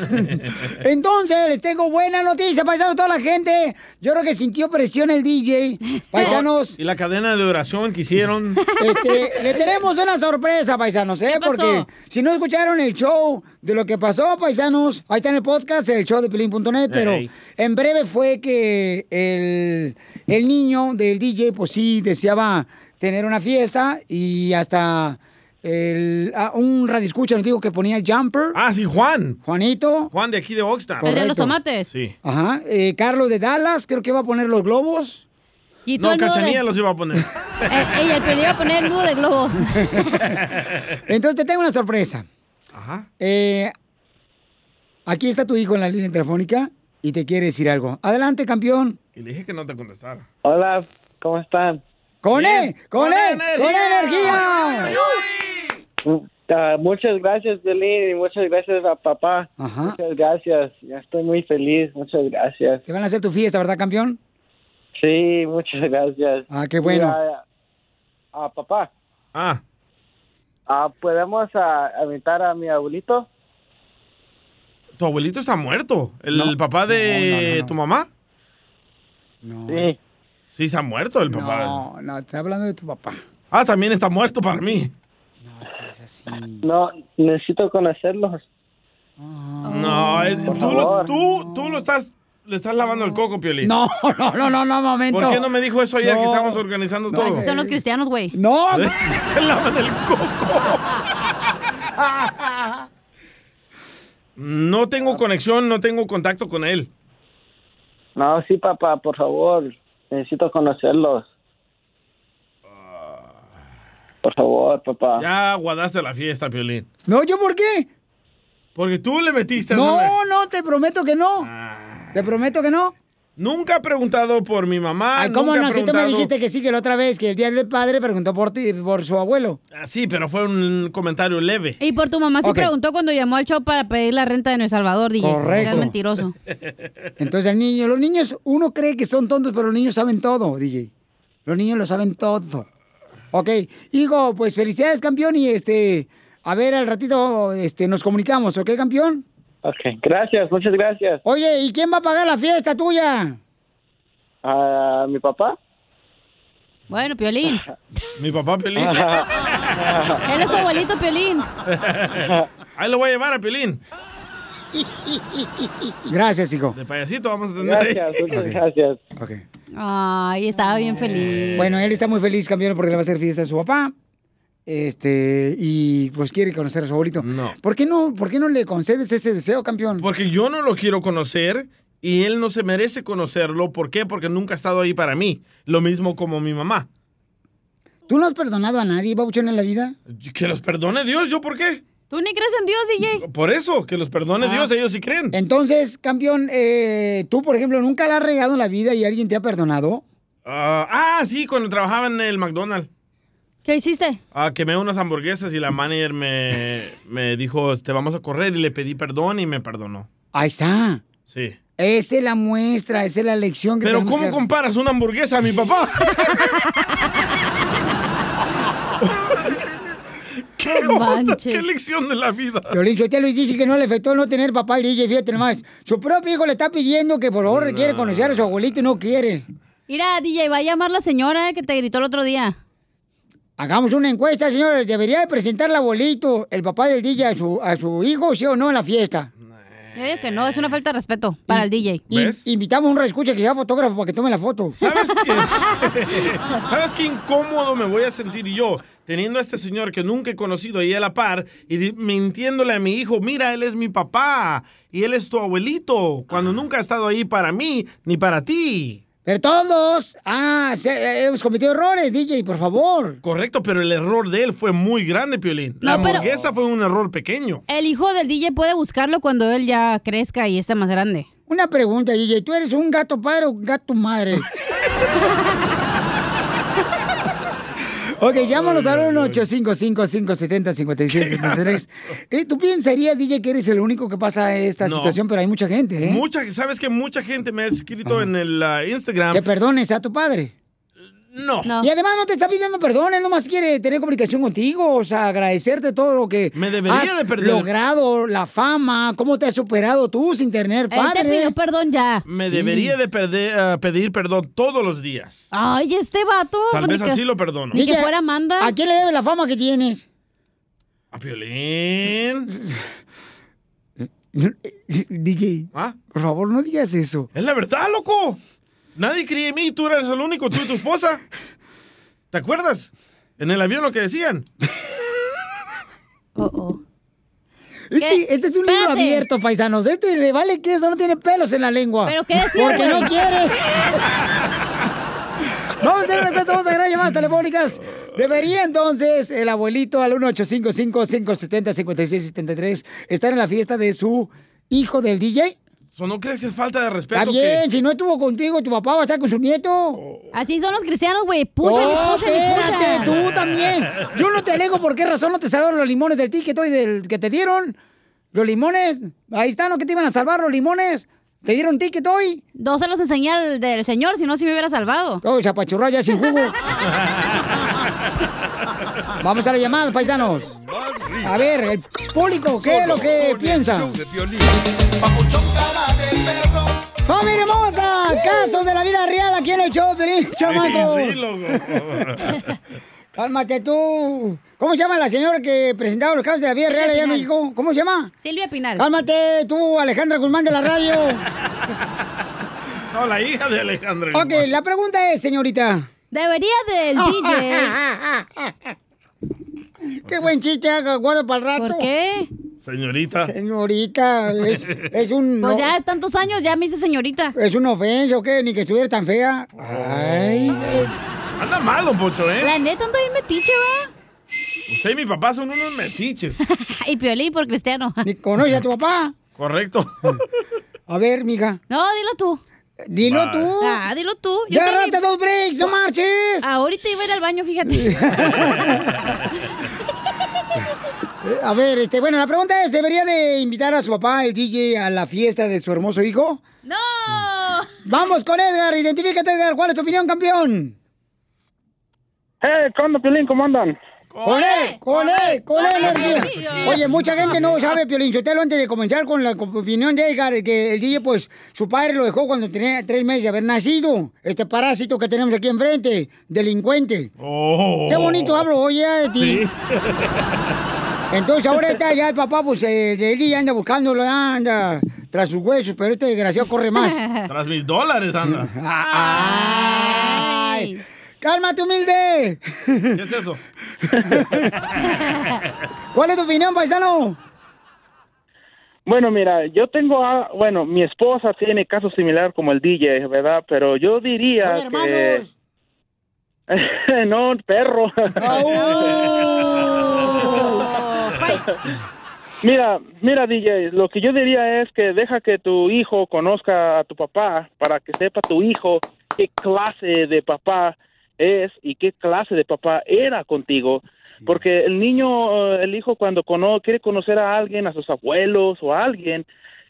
Entonces, les tengo buena noticia, paisanos, toda la gente. Yo creo que sintió presión el DJ. Paisanos, Y la cadena de oración que hicieron. Este, le tenemos una sorpresa, paisanos, ¿eh? ¿Qué pasó? Porque si no escucharon el show de lo que pasó, paisanos, ahí está en el podcast, el show de Pelín.net, pero Ey. en breve fue que el, el niño del DJ, pues sí, deseaba tener una fiesta y hasta el, ah, un radioescucha nos dijo que ponía el jumper. Ah, sí, Juan. Juanito. Juan de aquí de Oxnard. El de los Correcto. tomates. Ah, Sí. Ajá. eh, Carlos de Dallas, creo que va a poner los globos. Y No, Cachanilla los iba a poner. Eh, ella, el pelín iba a poner el nudo de globo. Entonces te tengo una sorpresa. Ajá. Eh, aquí está tu hijo en la línea telefónica y te quiere decir algo. Adelante, campeón. Y le dije que no te contestara. Hola, ¿cómo están? ¡Con Bien. él! ¡Con, ¡Con él! ¡Con energía! energía! Ah, muchas gracias, Delín, y muchas gracias a papá. Muchas gracias, ya estoy muy feliz, muchas gracias. Te van a hacer tu fiesta, ¿verdad, campeón? Sí, muchas gracias. Ah, qué bueno. Y A, a papá. Ah. ¿Podemos ah, invitar a mi abuelito? Tu abuelito está muerto. ¿El, papá de tu mamá? No. Sí. Sí, está muerto el papá. No, no, está hablando de tu papá. Ah, también está muerto para mí. No, necesito conocerlos. No, es- Por tú, lo, favor. tú, tú lo estás, le estás lavando el coco, Piolín. No, no, no, no, no, momento. ¿Por qué no me dijo eso ayer No. que estábamos organizando No, todo? así Pues son los cristianos, güey. No. Te lavan el coco. No tengo conexión, no tengo contacto con él. No, Oh, sí, papá, por favor, necesito conocerlos. Ah. Por favor, papá. Ya guardaste la fiesta, Piolín. No, ¿yo por qué? Porque tú le metiste No, no, te prometo que no. Te prometo que no. Nunca he preguntado por mi mamá. Ay, ¿cómo nunca no? he Si tú me preguntado- dijiste que sí, que la otra vez, que el día del padre preguntó por ti, por su abuelo. Ah, sí, pero fue un comentario leve. Y por tu mamá se Ok. preguntó cuando llamó al show para pedir la renta de El Salvador, DJ. Correcto. Seas mentiroso. Entonces el niño, los niños, uno cree que son tontos, pero los niños saben todo, DJ. Los niños lo saben todo. Ok, hijo, pues felicidades, campeón, y este, a ver, al ratito este, nos comunicamos, ¿ok, campeón? Ok, gracias, muchas gracias. Oye, ¿y quién va a pagar la fiesta tuya? ¿A mi papá? Bueno, Piolín. Mi papá Piolín. Él es tu abuelito, Piolín. Ahí lo voy a llevar a Piolín. Gracias, hijo. De payasito vamos a tener. Gracias, muchas Ok. gracias. Ok. Ay, estaba bien feliz. Bueno, él está muy feliz, campeón, porque le va a hacer fiesta a su papá. Este, y pues quiere conocer a su abuelito. No. ¿Por qué no, por qué no le concedes ese deseo, campeón? Porque yo no lo quiero conocer y él no se merece conocerlo. ¿Por qué? Porque nunca ha estado ahí para mí. Lo mismo como mi mamá. ¿Tú no has perdonado a nadie, babuchón, en la vida? Que los perdone Dios, ¿yo por qué? ¿Tú ni crees en Dios, DJ? Por eso, que los perdone Ah. Dios, ellos sí creen. Entonces, campeón, eh, tú, por ejemplo, nunca la has regado en la vida y alguien te ha perdonado. ah, ah, sí, cuando trabajaba en el McDonald's. ¿Qué hiciste? Ah, quemé unas hamburguesas y la manager me, me dijo, te vamos a correr y le pedí perdón y me perdonó. Ahí está. Sí. Esa es la muestra, esa es la lección que Pero tenemos ¿cómo que- comparas una hamburguesa a mi papá? ¿Qué, No onda? manches. ¿Qué lección de la vida? Piolín Sotelo dice que no le afectó no tener papá al DJ, fíjate nomás. Su propio hijo le está pidiendo que por favor quiere conocer a su abuelito y no quiere. Mira, DJ, va a llamar la señora que te gritó el otro día. Hagamos una encuesta, señores. ¿Debería de presentar al abuelito, el papá del DJ, a su, a su hijo, sí o no, en la fiesta? Yo digo que no, es una falta de respeto para el DJ. Y- invitamos a un reescucha que sea fotógrafo para que tome la foto. ¿Sabes qué incómodo me voy a sentir yo teniendo a este señor que nunca he conocido ahí a la par y di- mintiéndole a mi hijo, mira, él es mi papá y él es tu abuelito, cuando nunca ha estado ahí para mí ni para ti? Ah. Pero todos ah, se- eh, hemos cometido errores, DJ, por favor. Correcto, pero el error de él fue muy grande, Piolín. La No, pero- hamburguesa fue un error pequeño. El hijo del DJ puede buscarlo cuando él ya crezca y esté más grande. Una pregunta, DJ. ¿Tú eres un gato padre o un gato madre? Ok, llámanos al 1-855-570-5673. Eh, ¿Tú pensarías, DJ, que eres el único que pasa esta No. situación? Pero hay mucha gente, ¿eh? Mucha, ¿Sabes que mucha gente me ha escrito en el ah, Instagram? Que perdones a tu padre. No. Y además no te está pidiendo perdón, él nomás quiere tener comunicación contigo, o sea, agradecerte todo lo que Me debería has de perder. logrado, la fama, cómo te has superado tú sin tener Él padre. te pidió perdón ya. Me debería de perder, ah, pedir perdón todos los días. Ay, este vato. Tal ni vez que- así lo perdono. Ni que fuera Amanda. ¿A quién le debe la fama que tienes? A Piolín. DJ, por favor, no digas eso. ¿Ah? Es la verdad, loco. Nadie creía en mí, tú eras el único, tú y tu esposa. ¿Te acuerdas? En el avión lo que decían. Este, este es un libro abierto, paisanos. Este le vale que eso no tiene pelos en la lengua. ¿Pero qué decía, Porque güey? no quiere. Vamos a hacer una encuesta, vamos a agarrar llamadas telefónicas. ¿Debería entonces el abuelito al 1855-570-5673 estar en la fiesta de su hijo del DJ? So, ¿No crees que es falta de respeto? Está bien, que- si no estuvo contigo, tu papá va a estar con su nieto. Así son los cristianos, güey. Pushan Oh, y pushan y pushan. espérate, tú también. Yo no te alego por qué razón no te salvaron los limones del ticket hoy del que te dieron. Los limones, ahí están, ¿no? que te iban a salvar los limones? ¿Te dieron ticket hoy? No se los enseñé al del señor, si no, si me hubiera salvado. Oh, chapachurra, ya sin jugo. Vamos a la llamada, paisanos. A ver, el público, ¿qué es lo que piensa? ¡Familia hermosa! Casos de la vida real aquí en el show, Pelín, chamacos. Sí, loco. Cálmate tú. ¿Cómo se llama la señora que presentaba los casos de la vida Silvia real allá en Pinal. México? ¿Cómo se llama? Silvia Pinal. Cálmate tú, Alejandra Guzmán de la radio. No, la hija de Alejandro. ok, la pregunta es, señorita. Debería del DJ. Qué buen chiste, haga, guarda para el rato. ¿Por qué? Señorita. Señorita, es, es un... Pues ya de tantos años, ya me hice señorita. Es una ofensa, ¿o qué? Ni que estuviera tan fea. Ay. Anda mal, don Pocho, ¿eh? La neta anda bien metiche, va. Usted y mi papá son unos metiches. Y Piolín por cristiano. Ni conoce a tu papá. Correcto. A ver, mija. No, dilo tú. Dilo Vale. tú. Ah, dilo tú. Ya agarraste dos breaks, no marches. Ahorita iba a ir al baño, fíjate. Eh, A ver, este, bueno, la pregunta es, ¿debería de invitar a su papá, el DJ, a la fiesta de su hermoso hijo? ¡No! Vamos con Edgar, identifícate, Edgar, ¿cuál es tu opinión, campeón? Eh, ¿qué onda, Piolín? ¿Cómo andan? Con él, con él, con E. él, energía. Oye, mucha gente no sabe, Piolín Sotelo, antes de comenzar con la con- opinión de Edgar, que el DJ, pues, su padre lo dejó cuando tenía tres meses de haber nacido. Este parásito que tenemos aquí enfrente, delincuente. Qué bonito hablo hoy ya de ti. Entonces ahora está ya el papá, pues eh, de él anda buscándolo, anda tras sus huesos, pero este desgraciado corre más. Ah, Tras mis dólares, anda. ¡Ay! ¡Cálmate, humilde! ¿Qué es eso? ¿Cuál es tu opinión, paisano? Bueno, mira, yo tengo, a, bueno, mi esposa tiene caso similar como el DJ, ¿verdad? Pero yo diría Son que... no, perro. Mira, mira, DJ, lo que yo diría es que deja que tu hijo conozca a tu papá para que sepa tu hijo qué clase de papá es y qué clase de papá era contigo. Porque el niño, eh, el hijo cuando cono- quiere conocer a alguien, a sus abuelos o a alguien,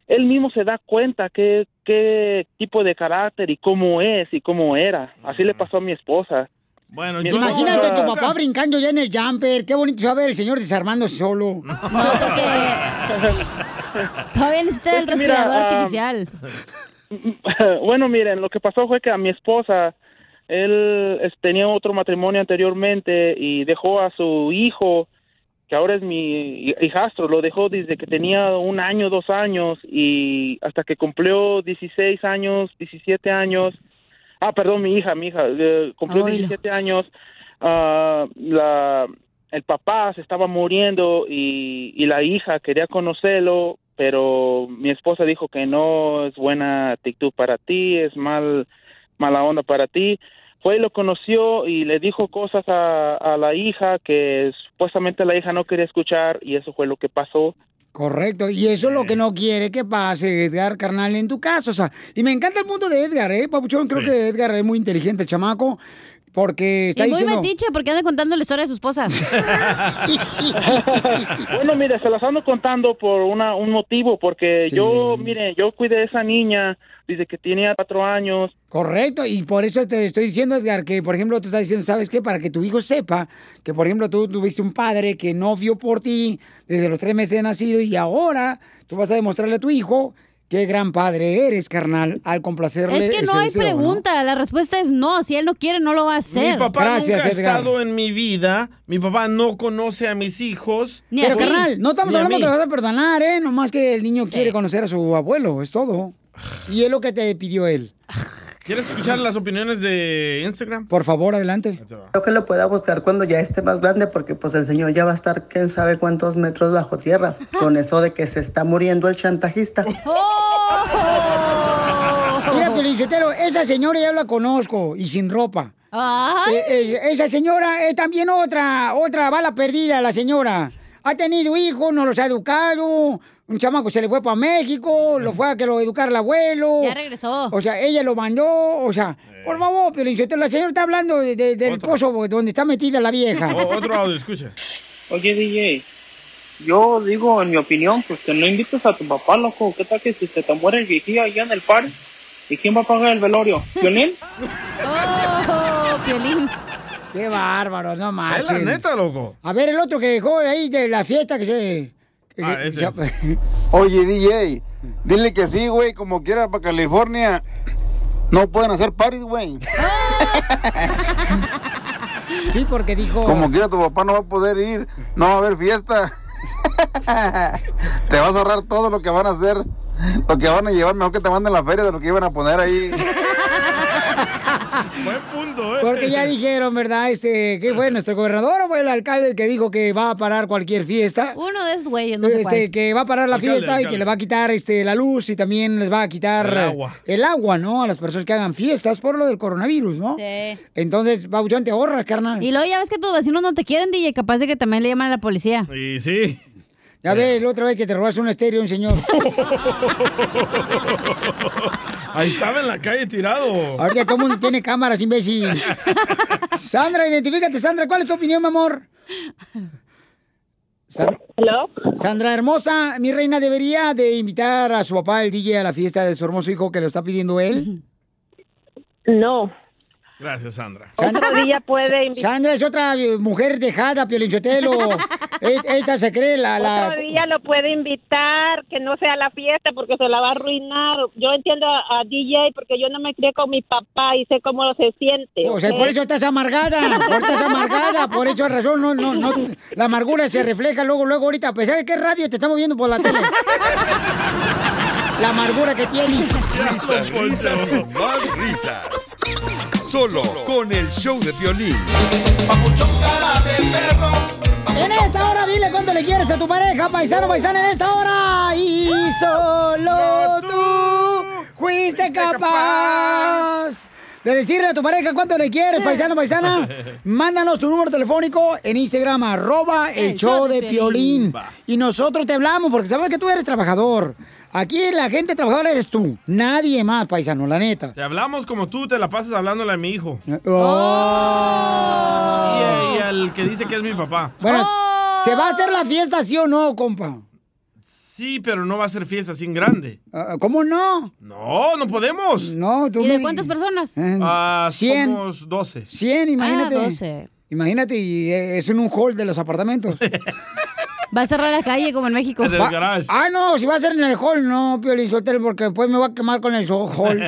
él mismo se da cuenta qué, qué tipo de carácter y cómo es y cómo era. Así le pasó a mi esposa. Bueno, Mi esposa- Imagínate a tu papá brincando ya en el jumper. Qué bonito saber el señor desarmándose solo. Todavía necesita el Pues mira, respirador ah, artificial. bueno, miren, lo que pasó fue que a mi esposa, él es- tenía otro matrimonio anteriormente y dejó a su hijo, que ahora es mi hi- hijastro, lo dejó desde que tenía un año, dos años y hasta que cumplió 16 años, 17 años. Ah, perdón, mi hija, mi hija, eh, cumplió Oilo. 17 años. ah, la, el papá se estaba muriendo y, y la hija quería conocerlo, pero mi esposa dijo que no es buena actitud para ti, es mal, mala onda para ti. Fue y lo conoció y le dijo cosas a, a la hija que supuestamente la hija no quería escuchar y eso fue lo que pasó. Correcto, y eso es lo que no quiere que pase, Edgar, carnal, en tu caso. O sea, y me encanta el mundo de Edgar, ¿eh? Papuchón, creo que Edgar es muy inteligente, el chamaco. Porque está y muy diciendo... metiche porque anda contando la historia de su esposa. bueno, mire, se las ando contando por una, un motivo, porque Sí. yo, mire, yo cuidé a esa niña desde que tenía cuatro años. Correcto, y por eso te estoy diciendo, Edgar, que por ejemplo tú estás diciendo, ¿sabes qué? Para que tu hijo sepa que, por ejemplo, tú tuviste un padre que no vio por ti desde los tres meses de nacido y ahora tú vas a demostrarle a tu hijo qué gran padre eres, carnal, al complacerle. es que no ese hay deseo, ¿no? pregunta, la respuesta es no. Si él no quiere, no lo va a hacer. Mi papá nunca ha estado en mi vida. Mi papá no conoce a mis hijos. Pero, carnal, no estamos Ni a hablando mí. que lo vas a perdonar, ¿eh? Nomás que el niño quiere conocer a su abuelo, es todo. Y es lo que te pidió él. ¿Quieres escuchar las opiniones de Instagram? Por favor, adelante. Creo que lo pueda buscar cuando ya esté más grande, porque pues el señor ya va a estar quién sabe cuántos metros bajo tierra, con eso de que se está muriendo el chantajista. Mira, Pelichotero, esa señora ya la conozco y sin ropa. Eh, eh, esa señora es también otra, otra bala perdida, la señora. Ha tenido hijos, no los ha educado. Un chamaco se le fue para México, lo fue a que lo educara el abuelo. Ya regresó. O sea, ella lo mandó, o sea, Eh. por favor, Pelichotero, la señora está hablando de- de- del pozo donde está metida la vieja. O- otro audio, escucha. Oye, DJ, yo digo, en mi opinión, pues que no invites a tu papá, loco. ¿Qué tal que si se te muere el viejillo allá en el par? ¿Y quién va a pagar el velorio? ¿Violín? ¡Oh, Piolín! ¡Qué bárbaro! No Es marches. la neta, loco. A ver, el otro que dejó ahí de la fiesta que se... Ah, que- ese. Oye, DJ, dile que sí, güey, como quiera para California. No pueden hacer parties, güey. Sí, porque dijo. Como quiera tu papá no va a poder ir, no va a haber fiesta. te vas a ahorrar todo lo que van a hacer, lo que van a llevar, mejor que te manden la feria de lo que iban a poner ahí. Buen punto, ¿eh? Porque ya dijeron, ¿verdad? Este, ¿qué fue nuestro gobernador o fue el alcalde el que dijo que va a parar cualquier fiesta? Uno de esos güeyes, no sé Este, cuál. que va a parar la Alcalde, fiesta y que alcalde. le va a quitar este, la luz y también les va a quitar El eh, agua. el agua, ¿no? A las personas que hagan fiestas por lo del coronavirus, ¿no? Sí. Entonces, Babuchón, te ahorras, carnal. Y luego ya ves que tus vecinos no te quieren, DJ, capaz de que también le llaman a la policía. Y sí. Ya ves, la otra vez que te robaste un estéreo, un señor. Ahí estaba en la calle tirado. Ahorita todo el mundo tiene cámaras, imbécil. Sandra, identifícate, Sandra. ¿Cuál es tu opinión, mi amor? San- Sandra hermosa, mi reina, ¿debería de invitar a su papá, el DJ, a la fiesta de su hermoso hijo que lo está pidiendo él? No. Gracias, Sandra. Sandra puede Sandra es otra eh, mujer dejada, Piolinchotelo. E- Esta se cree la... la- Otro día lo puede invitar, que no sea la fiesta porque se la va a arruinar. Yo entiendo a, a DJ porque yo no me crié con mi papá y sé cómo se siente. O sea, Este, ¿ok? por eso estás amargada, por eso estás amargada, por eso razón, no, no, no, la amargura se refleja luego, luego ahorita, a pesar de que es radio te estamos viendo por la tele. La amargura que tienes. Risas, risas y más risas. Solo con el show de violín. En esta hora dile cuánto le quieres a tu pareja, paisano, paisana, en esta hora. Y solo tú fuiste capaz de decirle a tu pareja cuánto le quieres, paisano, paisana. Mándanos tu número telefónico en Instagram, arroba el, show de Piolín. Y nosotros te hablamos porque sabemos que tú eres trabajador. Aquí la gente trabajadora eres tú, nadie más, paisano, la neta. Te hablamos como tú, te la pasas hablándole a mi hijo. Oh. Y, y al que dice que es mi papá. Bueno, ¿se va a hacer la fiesta sí o no, compa? Sí, pero no va a ser fiesta sin grande. Ah, ¿Cómo no? No, no podemos. No, tú. ¿Y de cuántas personas? Ah, Cien. somos 12. 100, imagínate. Ah, 12. Imagínate, y eh, es en un hall de los apartamentos. Va a cerrar la calle como en México. En el Va- garage. ah, no, si va a ser en el hall, no, Piolín Hotel, porque después me va a quemar con el so- hall.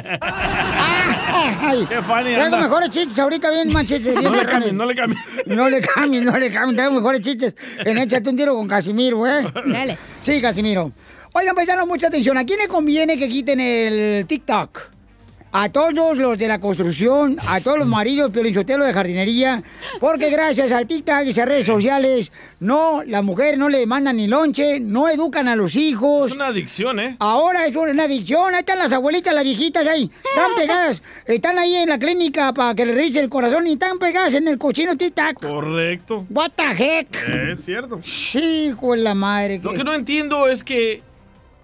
Ay, traigo anda. mejores chistes ahorita, bien manchetes. No le cambies, no le cambies. No le cambies, no le cambies, traigo mejores chistes. En échate un tiro con Casimiro, ¿eh? Dale. Sí, Casimiro. Oigan, paisanos, mucha atención. ¿A quién le conviene que quiten el TikTok? A todos los de la construcción, a todos Mm. los maridos, piolinchoteros de jardinería, porque gracias al TikTok y esas redes sociales, no, las mujeres no le mandan ni lonche, no educan a los hijos. Es una adicción, ¿eh? Ahora es una adicción, ahí están las abuelitas, las viejitas ahí, están pegadas, están ahí en la clínica para que le revise el corazón y están pegadas en el cochino TikTok. Correcto. What the heck? Es cierto. Sí, con la madre. Lo que no entiendo es que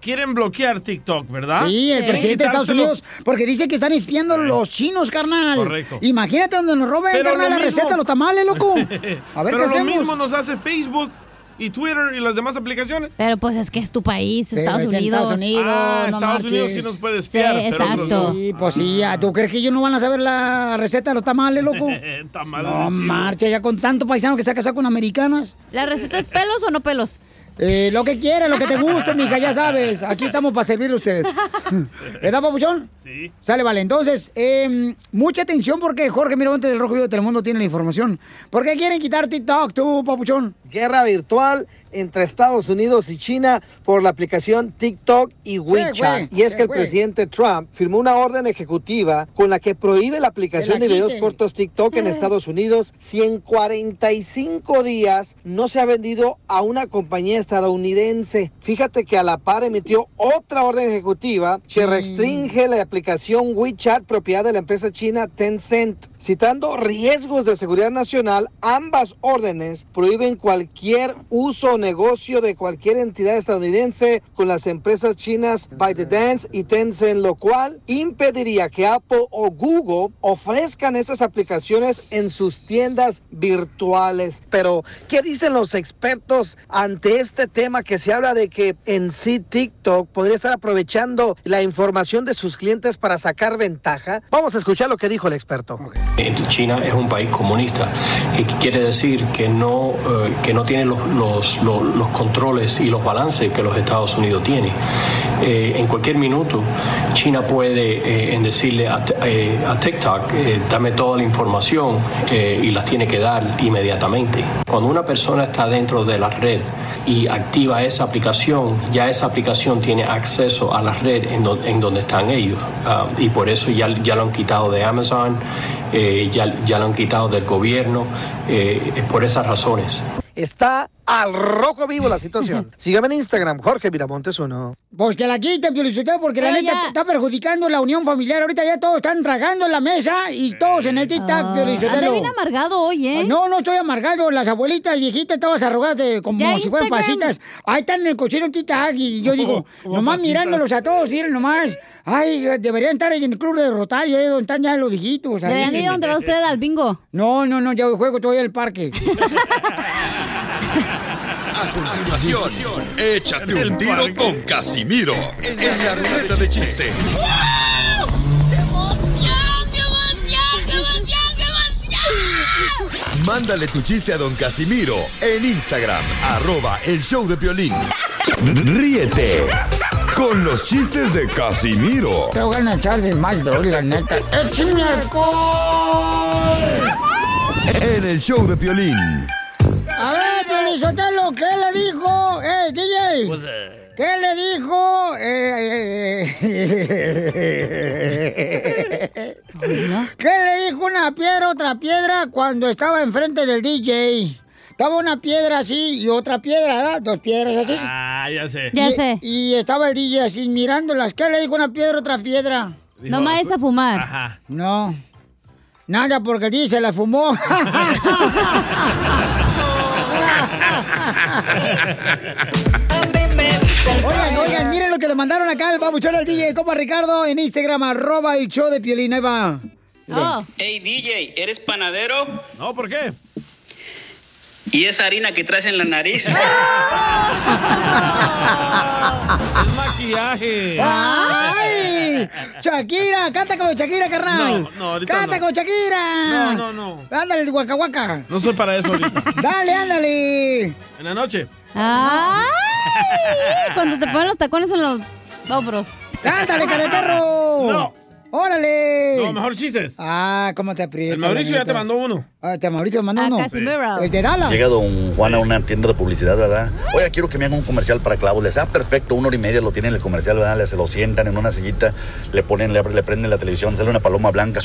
Quieren bloquear TikTok, ¿verdad? Sí, el Quieren presidente de Estados quitártelo. Unidos, porque dice que están espiando los chinos, carnal. Eh. Correcto. Imagínate donde nos roben, Pero carnal, lo la mismo- receta, de los tamales, loco. Pues, A ver Pero qué lo hacemos. mismo nos hace Facebook y Twitter y las demás aplicaciones. Pero pues es que es tu país, Pero Estados es pues, en Unidos. Estados Unidos, Ah, no Estados Unidos marches. sí nos puede Sí, espiar, pero otros no. exacto. Sí, pues sí, ya, ¿tú crees que ellos no van a saber la receta de los tamales, loco? Tamales No de chile. marcha, ya con tanto paisano que se ha casado con americanas. Eh, ¿La receta es pelos o no pelos? lo que quieras, lo que te guste, mija, ya sabes. Aquí estamos para servirle a ustedes. ¿Verdad, papuchón? Sí. Sale, vale. Entonces, eh, mucha atención porque Jorge Miramontes del Rojo Vivo de Telemundo tiene la información. ¿Por qué quieren quitar TikTok, tú, papuchón? Guerra virtual entre Estados Unidos y China por la aplicación TikTok y WeChat. güey, y es sí, que el güey. presidente Trump firmó una orden ejecutiva con la que prohíbe la aplicación Que de la videos quiten. cortos TikTok en Estados Unidos si en 45 días no se ha vendido a una compañía estadounidense. Fíjate que a la par emitió otra orden ejecutiva que restringe la aplicación WeChat propiedad de la empresa china Tencent. Citando riesgos de seguridad nacional, ambas órdenes prohíben cualquier uso o negocio de cualquier entidad estadounidense con las empresas chinas ByteDance y Tencent, lo cual impediría que Apple o Google ofrezcan esas aplicaciones en sus tiendas virtuales. Pero, ¿qué dicen los expertos ante este tema que se habla de que en sí TikTok podría estar aprovechando la información de sus clientes para sacar ventaja? Vamos a escuchar lo que dijo el experto. Eh, China es un país comunista, que quiere decir que no, eh, que no tiene los, los- los- los controles y los balances que los Estados Unidos tiene. Eh, en cualquier minuto, China puede eh, en decirle a, T- eh, a TikTok, eh, dame toda la información eh, y las tiene que dar inmediatamente. Cuando una persona está dentro de la red y activa esa aplicación, ya esa aplicación tiene acceso a la red en, do- en donde están ellos. Ah, y por eso ya, ya lo han quitado de Amazon, eh, ya, ya lo han quitado del gobierno, eh, es por esas razones. Está al rojo vivo la situación. Sígame en Instagram, Jorge Miramontes uno. Pues que la quiten, Piolichotero, porque la Pero neta ya- está perjudicando la unión familiar. Ahorita ya todos están tragando en la mesa y todos en el TikTok, Ah, anda bien amargado hoy, ¿eh? No, no estoy amargado. Las abuelitas viejitas, todas arrugadas de- como Ya si fueran Instagram. pasitas. Ahí están en el cochino TikTok y yo digo, como nomás pasitas. mirándolos a todos, miren nomás. Ay, deberían estar en el club de Rotario, ahí donde están ya los viejitos. ahí. Deberían ir donde va usted al bingo. No, no, no, yo juego todavía al parque. A continuación, échate un tiro con Casimiro en la ruleta de chiste. Mándale tu chiste a don Casimiro en Instagram, arroba el show de Piolín. Ríete con los chistes de Casimiro Tengo ganas de echar de mal, bro, la neta. ¡Échame alcohol! en el show de Piolín. A ver, Pelizotelo, ¿qué le dijo? ¡Eh, DJ! ¿Qué le dijo? Eh, eh, eh, eh, ¿Qué le dijo una piedra a otra piedra cuando estaba enfrente del DJ? Estaba una piedra así y otra piedra, ¿verdad? Dos piedras así. Ah, ya sé. Y- Y estaba el DJ así mirándolas. ¿Qué le dijo una piedra a otra piedra? Dijo, No me vayas a fumar. Ajá. No. Nada, porque el DJ se la fumó. Oigan, oigan, miren lo que le mandaron acá al babuchón al DJ, compa Ricardo, en Instagram, arroba el show de Piolín, ahí va. Oh. Hey DJ, ¿eres panadero? No, ¿por qué? ¿Y esa harina que traes en la nariz? Es maquillaje. ¡Ay! Shakira, canta como Shakira, carnal. No, no, ahorita Canta no. como Shakira. No, no, no. Ándale, guaca, guaca. No soy para eso ahorita. Dale, ándale. En la noche. ¡Ay! Ah, Cuando te ponen los tacones en los hombros. Ándale, caretarro. No. Órale. No, mejor chistes. Ah, cómo te aprieta. El Mauricio la ya te neta. mandó uno. Ah, te Mauricio me mandó Ah, uno. Casimiro. El de Dallas. Llega don Juan a una tienda de publicidad, ¿verdad? Oiga, quiero que me hagan un comercial para clavos. Le hace, ah, perfecto, una hora y media lo tienen el comercial, ¿verdad? Le, se lo sientan en una sillita, le ponen, le, abren- le prenden la televisión, sale una paloma blanca.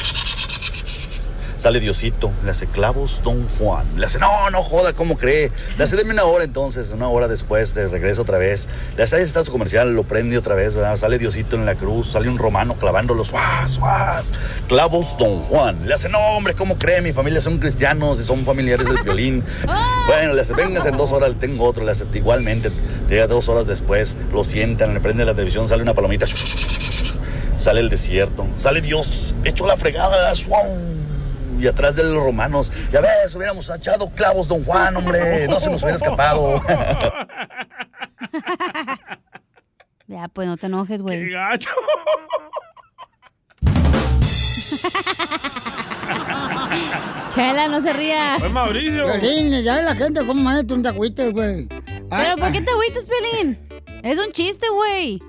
Sale Diosito, le hace clavos Don Juan. Le hace, no, no joda, ¿cómo cree? Le hace, deme una hora entonces, una hora después, de regreso otra vez. Le hace, ahí está su comercial, lo prende otra vez, ¿verdad? Sale Diosito en la cruz, sale un romano clavándolos, suaz, suaz. Clavos Don Juan. Le hace, no, hombre, ¿cómo cree? Mi familia son cristianos y son familiares del violín. Bueno, le hace, véngase en dos horas, le tengo otro. Le hace, igualmente, llega dos horas después, lo sientan, le prende la televisión, sale una palomita, sale el desierto, sale Dios, hecho la fregada, ¡suau! y atrás de los romanos. Ya ves, hubiéramos echado clavos, don Juan, hombre. No se nos hubiera escapado. Ya, pues no te enojes, güey. Chela, no se ría. Fue Mauricio. Pelín, ya la gente, ¿cómo es? Tú te agüites, güey. ¿Pero por qué te agüitas, Pelín? Es un chiste, güey.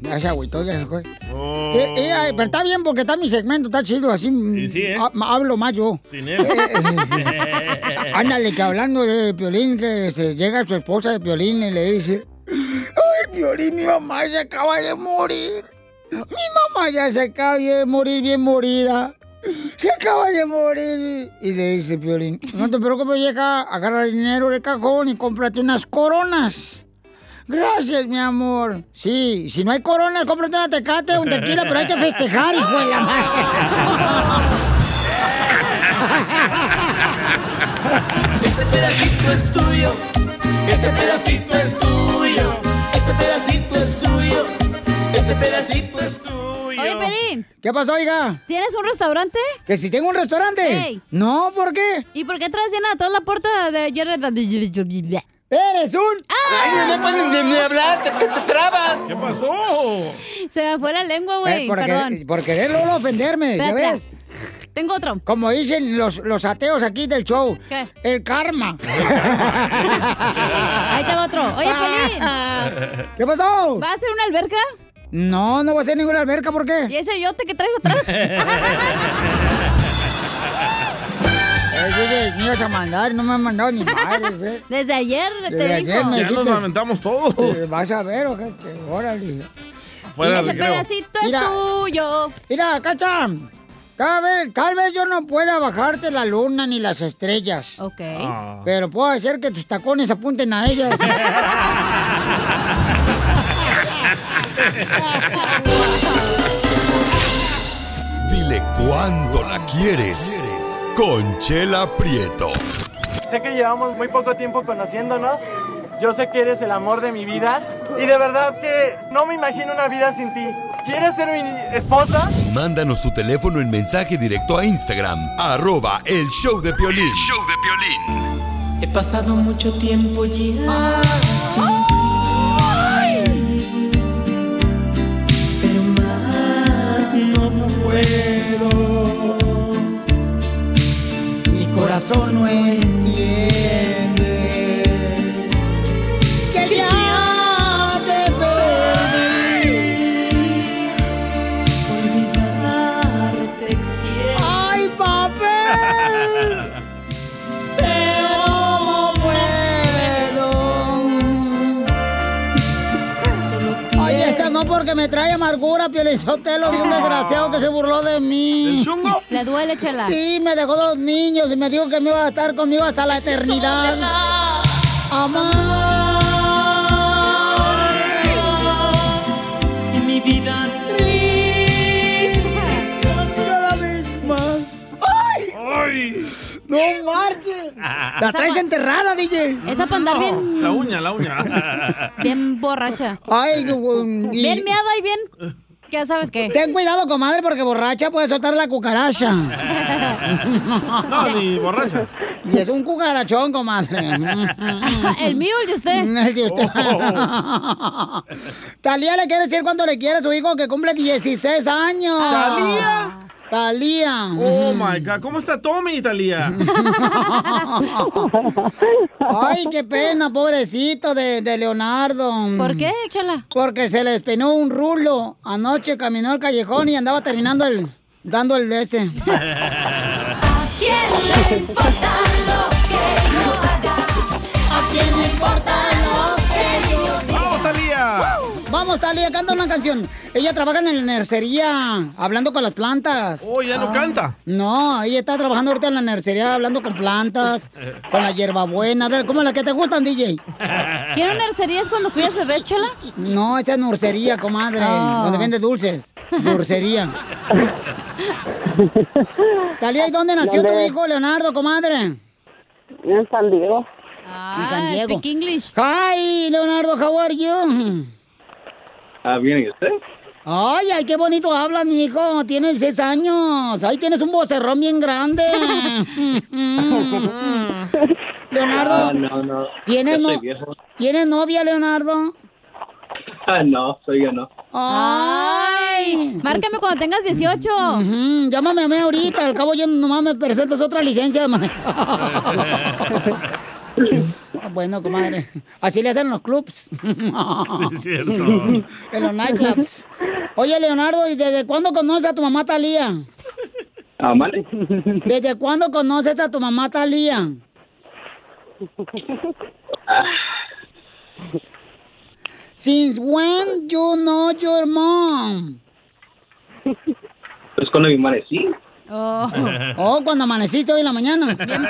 Ya se agüitó, ya se fue. Eh, eh, ay, pero está bien porque está mi segmento, está chido, así Oh. sí, ¿eh? ha- hablo más yo. Sin él. Ándale, que hablando de Piolín, que este, llega su esposa de Piolín y le dice... ¡Ay, Piolín, mi mamá se acaba de morir! Mi mamá ya se acaba de morir bien morida. Se acaba de morir. Y le dice Piolín, no te preocupes, vieja, agarra el dinero del cajón y cómprate unas coronas. Gracias, mi amor. Sí, si no hay coronas, cómprate una tecate, un tequila, pero hay que festejar, hijo de la Este pedacito es tuyo. Este pedacito es tuyo. Este pedacito es tuyo. Este pedacito es Oye, Pelín. ¿Qué pasó, oiga? ¿Tienes un restaurante? ¿Que si tengo un restaurante? No, ¿por qué? ¿Y por qué traes llena atrás la puerta de ¡Ah! Jared? ¡Eres un! Ay, no puedes ni- ni hablar, te- te- te trabas. ¿Qué pasó? Se me fue la lengua, güey. Eh, por, Perdón. querer- por querer luego ofenderme, ¿ya Espera, ves? Tengo otro. Como dicen los, los ateos aquí del show. El karma. Ahí te va otro. Oye, Ah. Pelín. ¿Qué pasó? ¿Va a ser una alberca? No, no va a ser ninguna alberca, ¿por qué? ¿Y ese yote que traes atrás? Eh, DJ, me ibas a mandar, no me han mandado ni madres, ¿eh? Desde ayer te Desde ayer dijo. me Ya nos dijiste- lamentamos todos. Eh, vas a ver, ojete, órale. Fuera del recreo. es tuyo. Mira, Cacha, tal vez, tal vez yo no pueda bajarte la luna ni las estrellas. Ok. Ah. Pero puedo hacer que tus tacones apunten a ellas. Dile cuándo la quieres. Conchela Prieto. Sé que llevamos muy poco tiempo conociéndonos. Yo sé que eres el amor de mi vida. Y de verdad que no me imagino una vida sin ti. ¿Quieres ser mi esposa? Mándanos tu teléfono en mensaje directo a Instagram, arroba el show de Piolín. He pasado mucho tiempo ya sin ti, pero más no puedo. Mi corazón no entiende que ya te perdí. Olvidarte quiero. ¡Ay, papel! Pero no Oye, esta no porque me trae amargura, Piolizotelo, de un desgraciado que se burló de mí. ¿El chungo? ¿Le duele, Chela? Sí, me dejó dos niños y me dijo que me iba a estar conmigo hasta la eternidad. Amar. Y mi vida triste cada vez más. ¡Ay! ¡No marches! La traes enterrada, DJ. Esa para andar bien, La uña, la uña. bien borracha. Ay, um, Bien miada y bien... Ya sabes qué. Ten cuidado, comadre, porque borracha puede soltar la cucaracha. No, ni borracha. Y es un cucarachón, comadre. ¿El mío el de usted? El de usted. Oh, Talía le quiere decir cuando le quiere a su hijo que cumple 16 años. ¿Thalía? Talía. Ah. Oh my God, ¿cómo está Tommy, Italia? Ay, qué pena, pobrecito de, de Leonardo. ¿Por qué, chala? Porque se le despeinó un rulo. Anoche caminó al callejón y andaba terminando el. dando el de ese. ¿A quién le importa lo que yo diga? ¡Vamos, Talía! Vamos, Talia, canta una canción. Ella trabaja en la nercería, hablando con las plantas. Ah. Oh, ya no canta. No, ella está trabajando ahorita en la nercería, hablando con plantas, con la hierbabuena, de- como las que te gustan, DJ. ¿Quieren nercerías cuando cuidas bebés, Chela? No, esa es nursería, comadre, Ah. donde vende dulces. Dulcería. Talía, ¿y dónde nació tu ¿Dónde? hijo, Leonardo, comadre? En San Diego. en San Diego. Speak Ah, English. Hi, Leonardo, how are you? Ah, bien, ¿y usted? Ay, ay, qué bonito hablas, mi hijo. Tienes seis años. Ay, tienes un vocerrón bien grande. Ah, Leonardo, no, no. ¿Tienes Ya no- estoy viejo. ¿tienes novia, Leonardo? Ah, no, soy yo no. Ay. Márcame cuando tengas 18. Llámame a mí ahorita. Al cabo yo nomás me presentas otra licencia de manejar. Ah, bueno, comadre. Así le hacen los clubs. Sí, es cierto. En los nightclubs. Oye, Leonardo, ¿y desde cuándo conoces a tu mamá Talía? Ah, vale. ¿Desde cuándo conoces a tu mamá Talía? Since when you know your mom? Pues cuando me amanecí. Oh, cuando amaneciste hoy en la mañana. Bien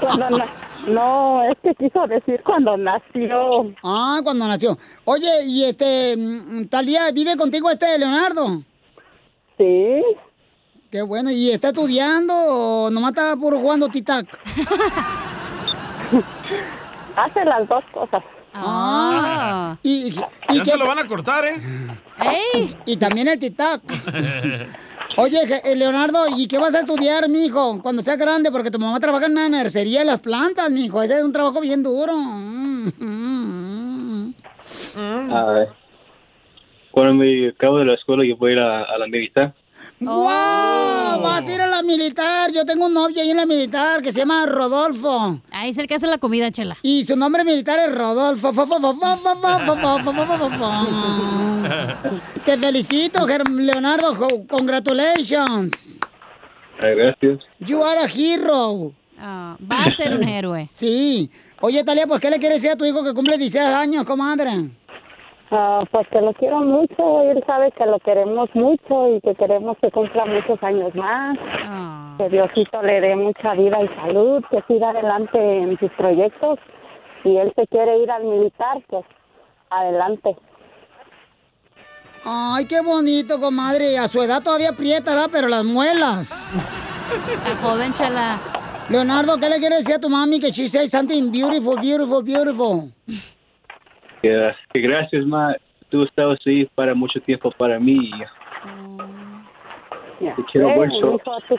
Cuando na- no, es que quiso decir cuando nació. Ah, cuando nació. Oye, y este, mm, Talía, ¿vive contigo este Leonardo? Sí. Qué bueno, ¿y está estudiando o nomás está puro jugando titac? Hace las dos cosas. Ah. Y, y- y Ya qué- se lo van a cortar, ¿eh? Y también el titac. Oye, je- eh, Leonardo, ¿y qué vas a estudiar, mijo, cuando seas grande? Porque tu mamá trabaja en una nercería de las plantas, mijo. Ese es un trabajo bien duro. Mm, mm, mm. A ver. Cuando Ah, eh. me acabo de la escuela, yo voy a ir a, a la militar. ¡Guau! Vas a ir a la militar. Yo tengo un novio ahí en la militar que se llama Rodolfo. Ahí Ah, es el que hace la comida, chela. Y su nombre militar es Rodolfo. Fo, fo, fo, fo, fo, fo, fo, fo, fo, fo, fo, fo. Te felicito, Ger- Leonardo. Jo- Congratulations. Ay, gracias. You are a hero. Ah, va a ser un héroe. Sí. Oye, Talia, ¿por qué le quieres decir a tu hijo que cumple 16 años, comadre? Ah, pues que lo quiero mucho, él sabe que lo queremos mucho y que queremos que cumpla muchos años más, que Diosito le dé mucha vida y salud, que siga adelante en sus proyectos y él se quiere ir al militar, pues adelante. Ay, qué bonito, comadre. A su edad todavía aprieta, ¿verdad? Pero las muelas. La joven chela. Leonardo, ¿qué le quieres decir a tu mami que she says something beautiful, beautiful, beautiful? Que, que gracias, ma. Tú has estado así para mucho tiempo para mí. Te quiero Bueno, mucho. hijo, tú-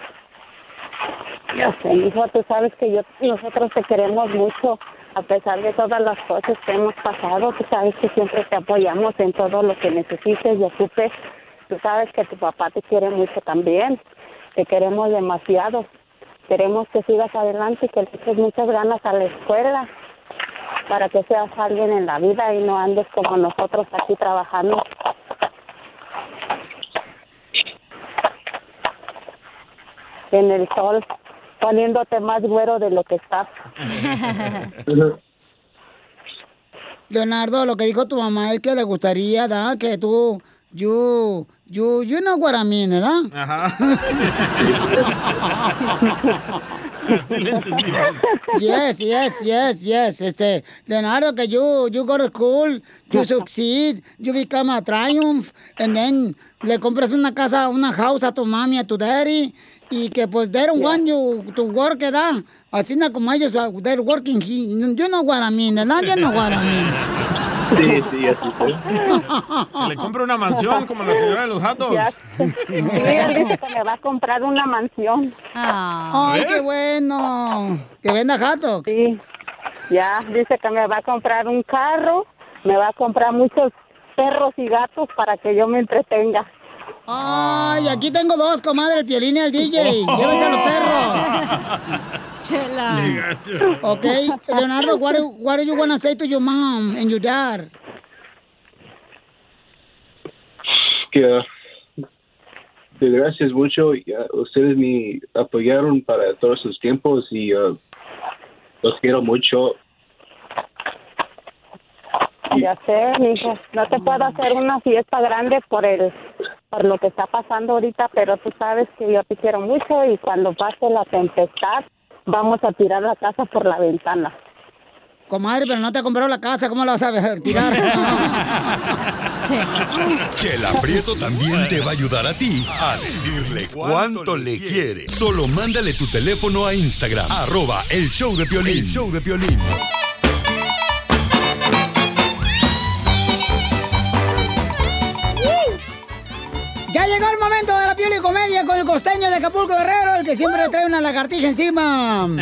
Ya sé, hijo, tú sabes que yo, nosotros te queremos mucho, a pesar de todas las cosas que hemos pasado, tú sabes que siempre te apoyamos en todo lo que necesites y ocupes, tú sabes que tu papá te quiere mucho también, te queremos demasiado, queremos que sigas adelante y que le eches muchas ganas a la escuela para que seas alguien en la vida y no andes como nosotros aquí trabajando. en el sol, poniéndote más güero de lo que estás. Leonardo, lo que dijo tu mamá es que le gustaría, ¿verdad? Que tú, you, you, you know what I mean, ¿verdad? Así le entendí. Yes, yes, yes, yes. Este, Leonardo, que you, you go to school, you succeed, you become a triumph, and then le compras una casa, una house a tu mami, a tu daddy, y que pues they don't want you to work, ¿verdad? Así na como ellos, uh, they're working, he, you know what I mean, ¿verdad? You know what I mean. Sí, sí, así fue. Que le compre una mansión como la señora de los gatos. Ya. Sí, él dice que me va a comprar una mansión. Ay, qué bueno. ¿Que venda gatos? Sí. Ya, dice que me va a comprar un carro, me va a comprar muchos perros y gatos para que yo me entretenga. Ay, aquí tengo dos, comadre, el piolín y el DJ. Llévese a los perros. Qué Chela. gacho. Okay, Leonardo, what do, what do you want to say to your mom and your dad? que que gracias mucho. y, ah, ustedes me apoyaron para todos sus tiempos uh, y ah, los quiero mucho. de hacer, hijo. No te puedo hacer una fiesta grande por el, por lo que está pasando ahorita, pero tú sabes que yo te quiero mucho y cuando pase la tempestad vamos a tirar la casa por la ventana. Comadre, pero no te ha comprado la casa, ¿cómo la vas a tirar? Chela Prieto también te va a ayudar a ti a decirle cuánto le quiere. Solo mándale tu teléfono a Instagram, arroba el show de Piolín. show de Piolín. ya llegó el momento de la piel y comedia con el costeño de Acapulco Guerrero, el que siempre le trae una lagartija encima.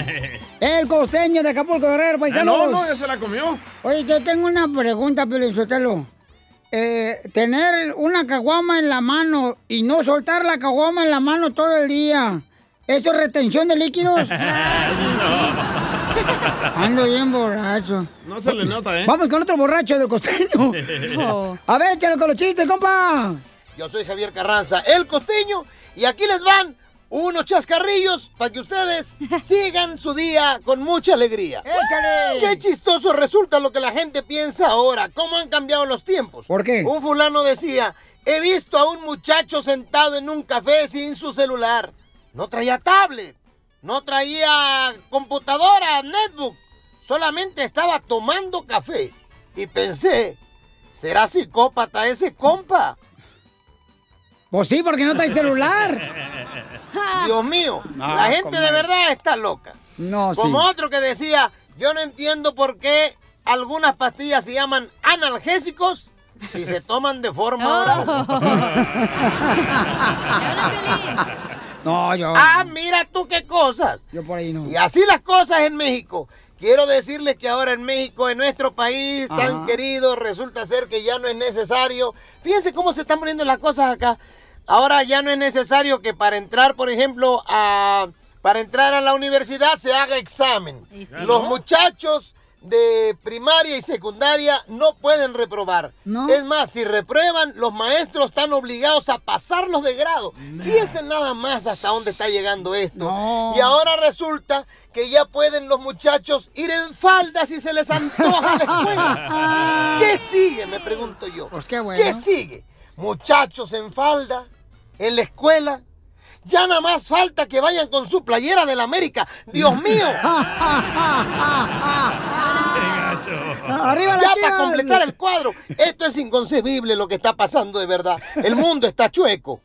El costeño de Acapulco Guerrero, Ah, paisanos. no, no, ya se la comió. Oye, yo tengo una pregunta, Piolín Sotelo. Eh, tener una caguama en la mano y no soltar la caguama en la mano todo el día, ¿eso es retención de líquidos? Ando bien borracho. No se le nota, ¿eh? Vamos con otro borracho de costeño. Oh. A ver, échalo con los chistes, compa. Yo soy Javier Carranza, el costeño, y aquí les van unos chascarrillos para que ustedes sigan su día con mucha alegría. ¡Échale! ¡Qué chistoso resulta lo que la gente piensa ahora! ¿Cómo han cambiado los tiempos? ¿Por qué? Un fulano decía, he visto a un muchacho sentado en un café sin su celular. No traía tablet, no traía computadora, netbook, solamente estaba tomando café. Y pensé, ¿será psicópata ese compa? Pues sí, porque no trae celular. Dios mío, No, la gente Ah, comadre. de verdad está loca. No, sí. Como otro que decía, yo no entiendo por qué algunas pastillas se llaman analgésicos si se toman de forma Oh. oral. No, yo. ah, mira tú qué cosas. Yo por ahí no. Y así las cosas en México. Quiero decirles que ahora en México, en nuestro país tan Ajá. querido, resulta ser que ya no es necesario. Fíjense cómo se están poniendo las cosas acá. Ahora ya no es necesario que para entrar, por ejemplo, a para entrar a la universidad se haga examen. Y sí. Los muchachos de primaria y secundaria no pueden reprobar. Es más, si reprueban, los maestros están obligados a pasarlos de grado. Fíjense nada más hasta dónde está llegando esto. Y ahora resulta que ya pueden los muchachos ir en falda si se les antoja a la escuela. ¿Qué sigue? Me pregunto yo. Pues qué bueno. ¿Qué sigue? Muchachos en falda, en la escuela. Ya nada más falta que vayan con su playera del América. ¡Dios mío! Arriba las ya Chivas. para completar el cuadro. Esto es inconcebible lo que está pasando de verdad. El mundo está chueco.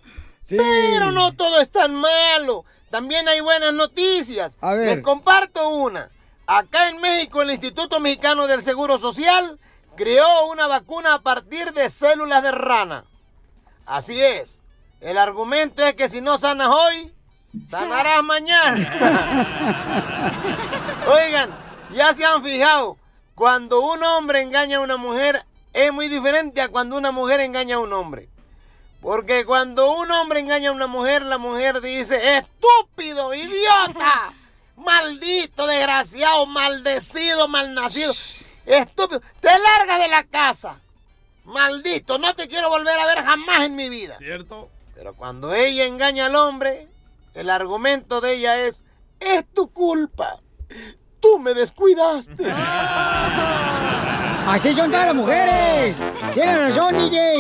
Pero no todo es tan malo. También hay buenas noticias. Les comparto una. Acá en México el Instituto Mexicano del Seguro Social creó una vacuna a partir de células de rana. Así es. El argumento es que si no sanas hoy, sanarás mañana. Oigan, ya se han fijado, cuando un hombre engaña a una mujer es muy diferente a cuando una mujer engaña a un hombre. Porque cuando un hombre engaña a una mujer, la mujer dice, estúpido, idiota, maldito, desgraciado, maldecido, malnacido, estúpido, te largas de la casa, maldito, no te quiero volver a ver jamás en mi vida. ¿Cierto? Pero cuando ella engaña al hombre, el argumento de ella es, es tu culpa. Tú me descuidaste. Así son todas las mujeres. Tienes razón, DJ.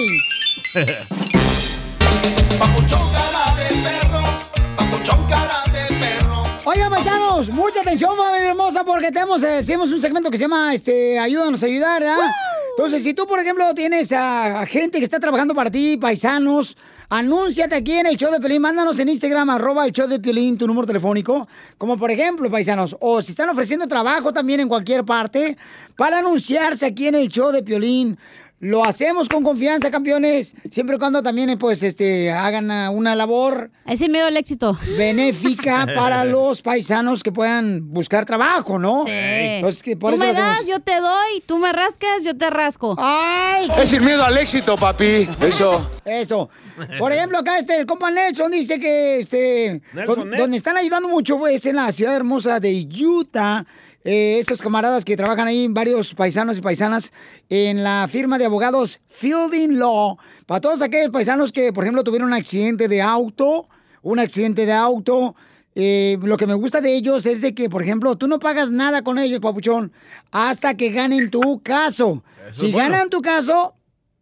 Oiga, paisanos, mucha atención, familia hermosa, porque tenemos, eh, hacemos un segmento que se llama este, Ayúdanos a ayudar, ¿verdad? Entonces, si tú, por ejemplo, tienes a, a gente que está trabajando para ti, paisanos, anúnciate aquí en el show de Pelín, mándanos en Instagram, arroba el show de Pelín, tu número telefónico, como por ejemplo, paisanos, o si están ofreciendo trabajo también en cualquier parte, para anunciarse aquí en el show de Piolín. Lo hacemos con confianza, campeones, siempre y cuando también, eh, pues, este, hagan ah, una labor. Es el miedo al éxito. Benéfica para los paisanos que puedan buscar trabajo, ¿no? Sí. Entonces, Pues que por Tú eso me lo hacemos. das, yo te doy. Tú me rascas, yo te rasco. ¡Ay! Es sin miedo al éxito, papi. Eso. Eso. Por ejemplo, acá este, el compa Nelson dice que este, Nelson, don- Nel. donde están ayudando mucho pues, es en la ciudad hermosa de Utah. Eh, estos camaradas que trabajan ahí, varios paisanos y paisanas, en la firma de abogados Fielding Law. Para todos aquellos paisanos que, por ejemplo, tuvieron un accidente de auto, un accidente de auto, eh, lo que me gusta de ellos es de que, por ejemplo, tú no pagas nada con ellos, papuchón, hasta que ganen tu caso. Eso si es bueno. ganan tu caso,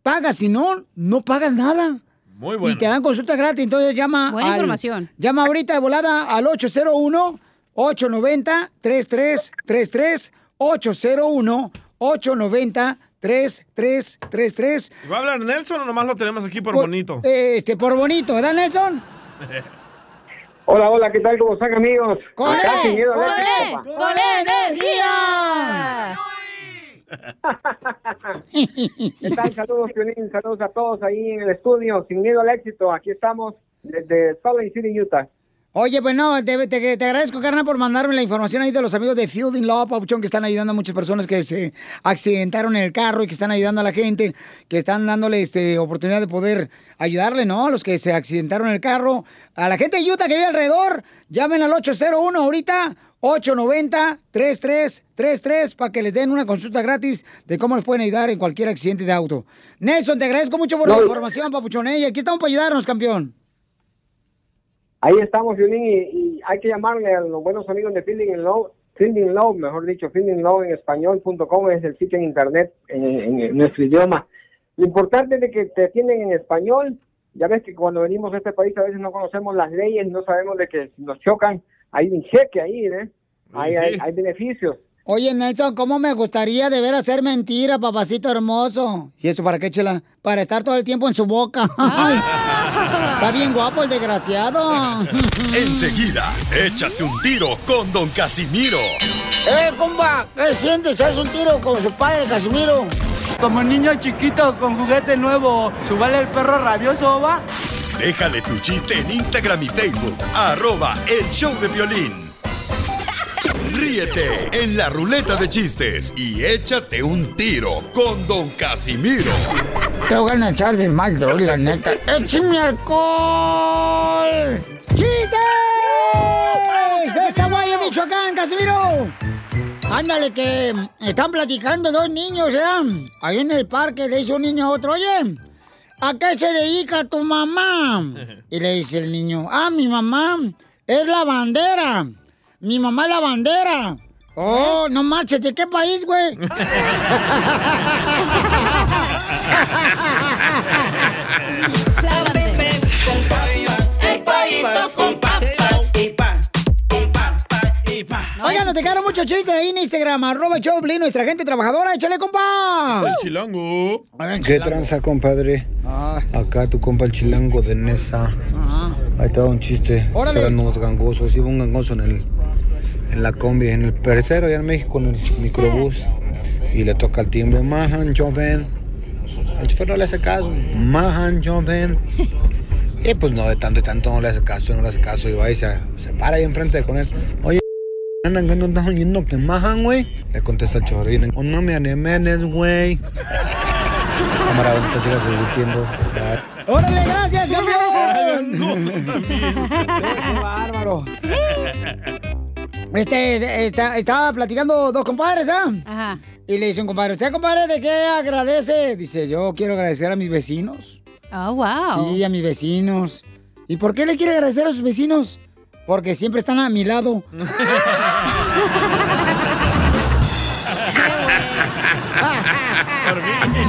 pagas. Si no, no pagas nada. Muy bueno. Y te dan consulta gratis. Entonces llama. Buena al- información. Llama ahorita de volada al 801 890 3333 801 890 3333 ¿Va a hablar Nelson o nomás lo tenemos aquí por Por- bonito? Este, por bonito, ¿verdad, Nelson? Hola, hola, ¿qué tal? ¿Cómo están, amigos? ¡Con E! Acá, sin miedo a ver qué ¡Con E! pasa. ¡Con energía! ¿Qué tal? Saludos, Pionín, saludos a todos ahí en el estudio. Sin miedo al éxito, aquí estamos desde Salt Lake City, Utah. Oye, pues no, te, te- te agradezco, carnal, por mandarme la información ahí de los amigos de Fielding Law, Pauchón, que están ayudando a muchas personas que se accidentaron en el carro y que están ayudando a la gente, que están dándole este, oportunidad de poder ayudarle, ¿no? Los que se accidentaron en el carro. A la gente de Utah que vive alrededor, llamen al 801 ahorita, 890-3333, para que les den una consulta gratis de cómo les pueden ayudar en cualquier accidente de auto. Nelson, te agradezco mucho por la No. información, Papuchón. ¿eh? Y aquí estamos para ayudarnos, campeón. Ahí estamos, Pionín, y, y hay que llamarle a los buenos amigos de Fielding and Love. Fielding Love, mejor dicho, Fielding Love en español.com es el sitio en internet en, en- en nuestro idioma. Lo importante es de que te atienden en español. Ya ves que cuando venimos a este país a veces no conocemos las leyes, no sabemos de que si nos chocan. Hay un cheque ahí, ¿eh? Hay, Sí, sí. hay, hay beneficios. Oye, Nelson, ¿cómo me gustaría de ver hacer mentira, papacito hermoso? ¿Y eso para qué, chela? Para estar todo el tiempo en su boca. Ay, Está bien guapo el desgraciado. Enseguida, échate un tiro con Don Casimiro. ¡Eh, compa! ¿Qué sientes? ¿Haz un tiro con su padre, Casimiro? Como niño chiquito con juguete nuevo, ¿subale el perro rabioso va? Déjale tu chiste en Instagram y Facebook. Arroba el show de violín. Ríete en la ruleta de chistes y échate un tiro con Don Casimiro. Te voy a echar de mal, droga, la neta. ¡Échame alcohol! ¡Chistes! ¡De Zaguayo, Michoacán, Casimiro! Ándale, que están platicando dos niños, ¿eh? Ahí en el parque le dice un niño a otro, oye, ¿a qué se dedica tu mamá? Y le dice el niño, ah, mi mamá es la bandera. Mi mamá es la bandera. Oh, no marches, ¿de qué país, güey? Oigan, nos dejaron muchos chistes ahí en Instagram, arroba el show de Piolín, nuestra gente trabajadora. ¡Échale, compa! El chilango. Ah. ¿Qué tranza, compadre? Acá tu compa el chilango de Nesa. Ahí estaba un chiste. Órale. Eran unos gangosos. Iba un gangoso en, el, en la combi, en el percero allá en México, en el microbús. Y le toca el timbre. Mahan, joven. El chofer no le hace caso. Mahan, joven. Y pues no, de tanto y tanto no le hace caso, no le hace caso. Y va y se, se para ahí enfrente con él. Oye, andan que no estás oyendo que majan, güey. Le contesta el chofer. y le- Oh, no me animes, güey. Cámara, ahorita sigas discutiendo. ¡Órale, gracias, campeón! ¡Qué bárbaro! Este, está, estaba platicando dos compadres, ¿ah? Ajá. Y le dice un compadre, ¿usted, compadre, de qué agradece? Dice, yo quiero agradecer a mis vecinos. Ah, wow. Sí, a mis vecinos. ¿Y por qué le quiere agradecer a sus vecinos? Porque siempre están a mi lado.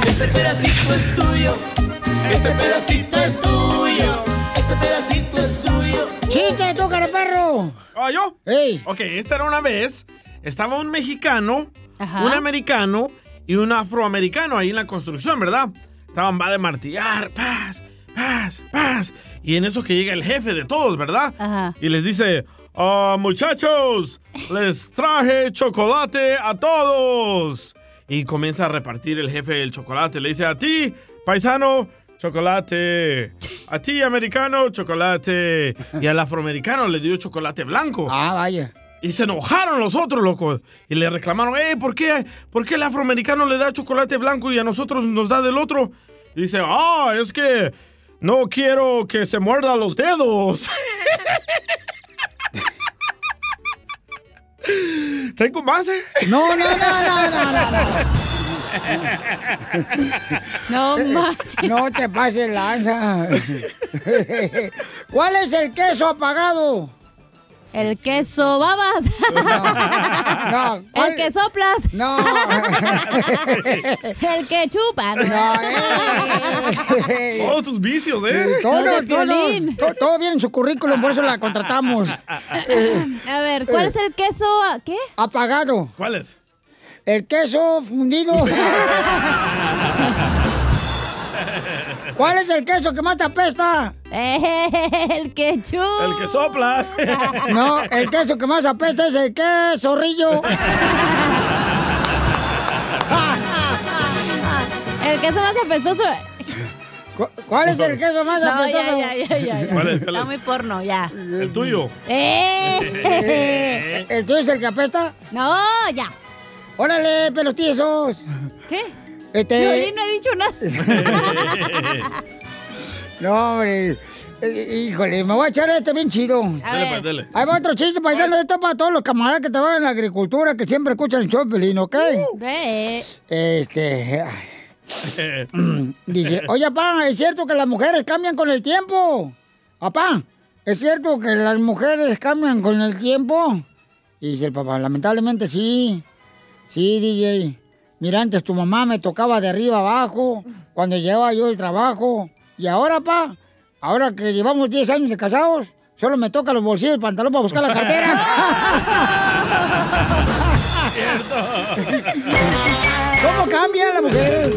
Este pedacito es tuyo. Este pedacito es tuyo. Este pedacito es tuyo. ¡Chiste, tú, perro! ¿Ah, yo? Ok, esta era una vez. Estaba un mexicano, Ajá. un americano y un afroamericano ahí en la construcción, ¿verdad? Estaban va de martillar, paz, paz, paz. Y en eso que llega el jefe de todos, ¿verdad? Y les dice, "Ah, muchachos, les traje chocolate a todos. Y comienza a repartir el jefe el chocolate. Le dice, a ti, paisano, chocolate. A ti, americano, chocolate. Y al afroamericano le dio chocolate blanco. Ah, vaya. Y se enojaron los otros, locos. Y le reclamaron, eh, ¿por qué? ¿Por qué el afroamericano le da chocolate blanco y a nosotros nos da del otro? Y dice, ah, es que no quiero que se muerda los dedos. ¿Tengo más, eh? No, no, no, no, no, no, no. No manches. Eh, No te pases lanza. ¿Cuál es el queso apagado? El queso babas. No, El que soplas. No. El que chupan. Todos Oh, tus vicios, ¿eh? Todo, todo, todo, todo viene en su currículum, por eso la contratamos. eh. A ver, ¿cuál es el queso? a- Ah, ¿Qué? Apagado. ¿Cuál es? El queso fundido. ¿Cuál es el queso que más te apesta? El ketchup. El que soplas. No, el queso que más apesta es el queso rillo. El queso más apestoso. ¿Cuál es el queso más No, apestoso? ya, ya, ya, ya, ya. ¿Cuál es, cuál Está es? muy porno, ya. El tuyo. Eh, ¿El tuyo es el que apesta? No, ya. Órale, pelos tiesos. ¿Qué? Este- Violín, no he dicho nada. No, hombre. Eh, Híjole, me voy a echar este bien chido. Dale, ver. pues, dale. Ahí va otro chiste, paisano. Esto es para todos los camaradas que trabajan en la agricultura, que siempre escuchan el show, Pelín, ¿ok? Uh. Ve. Este... ay, e- Dice, oye, papá, ¿es cierto que las mujeres cambian con el tiempo? Papá, ¿es cierto que las mujeres cambian con el tiempo? Y dice el papá, lamentablemente sí. Sí, DJ. Mira, antes tu mamá me tocaba de arriba abajo cuando llevaba yo el trabajo. Y ahora, pa, ahora que llevamos 10 años de casados, solo me toca los bolsillos del pantalón para buscar la cartera. ¿Cómo cambian las mujeres?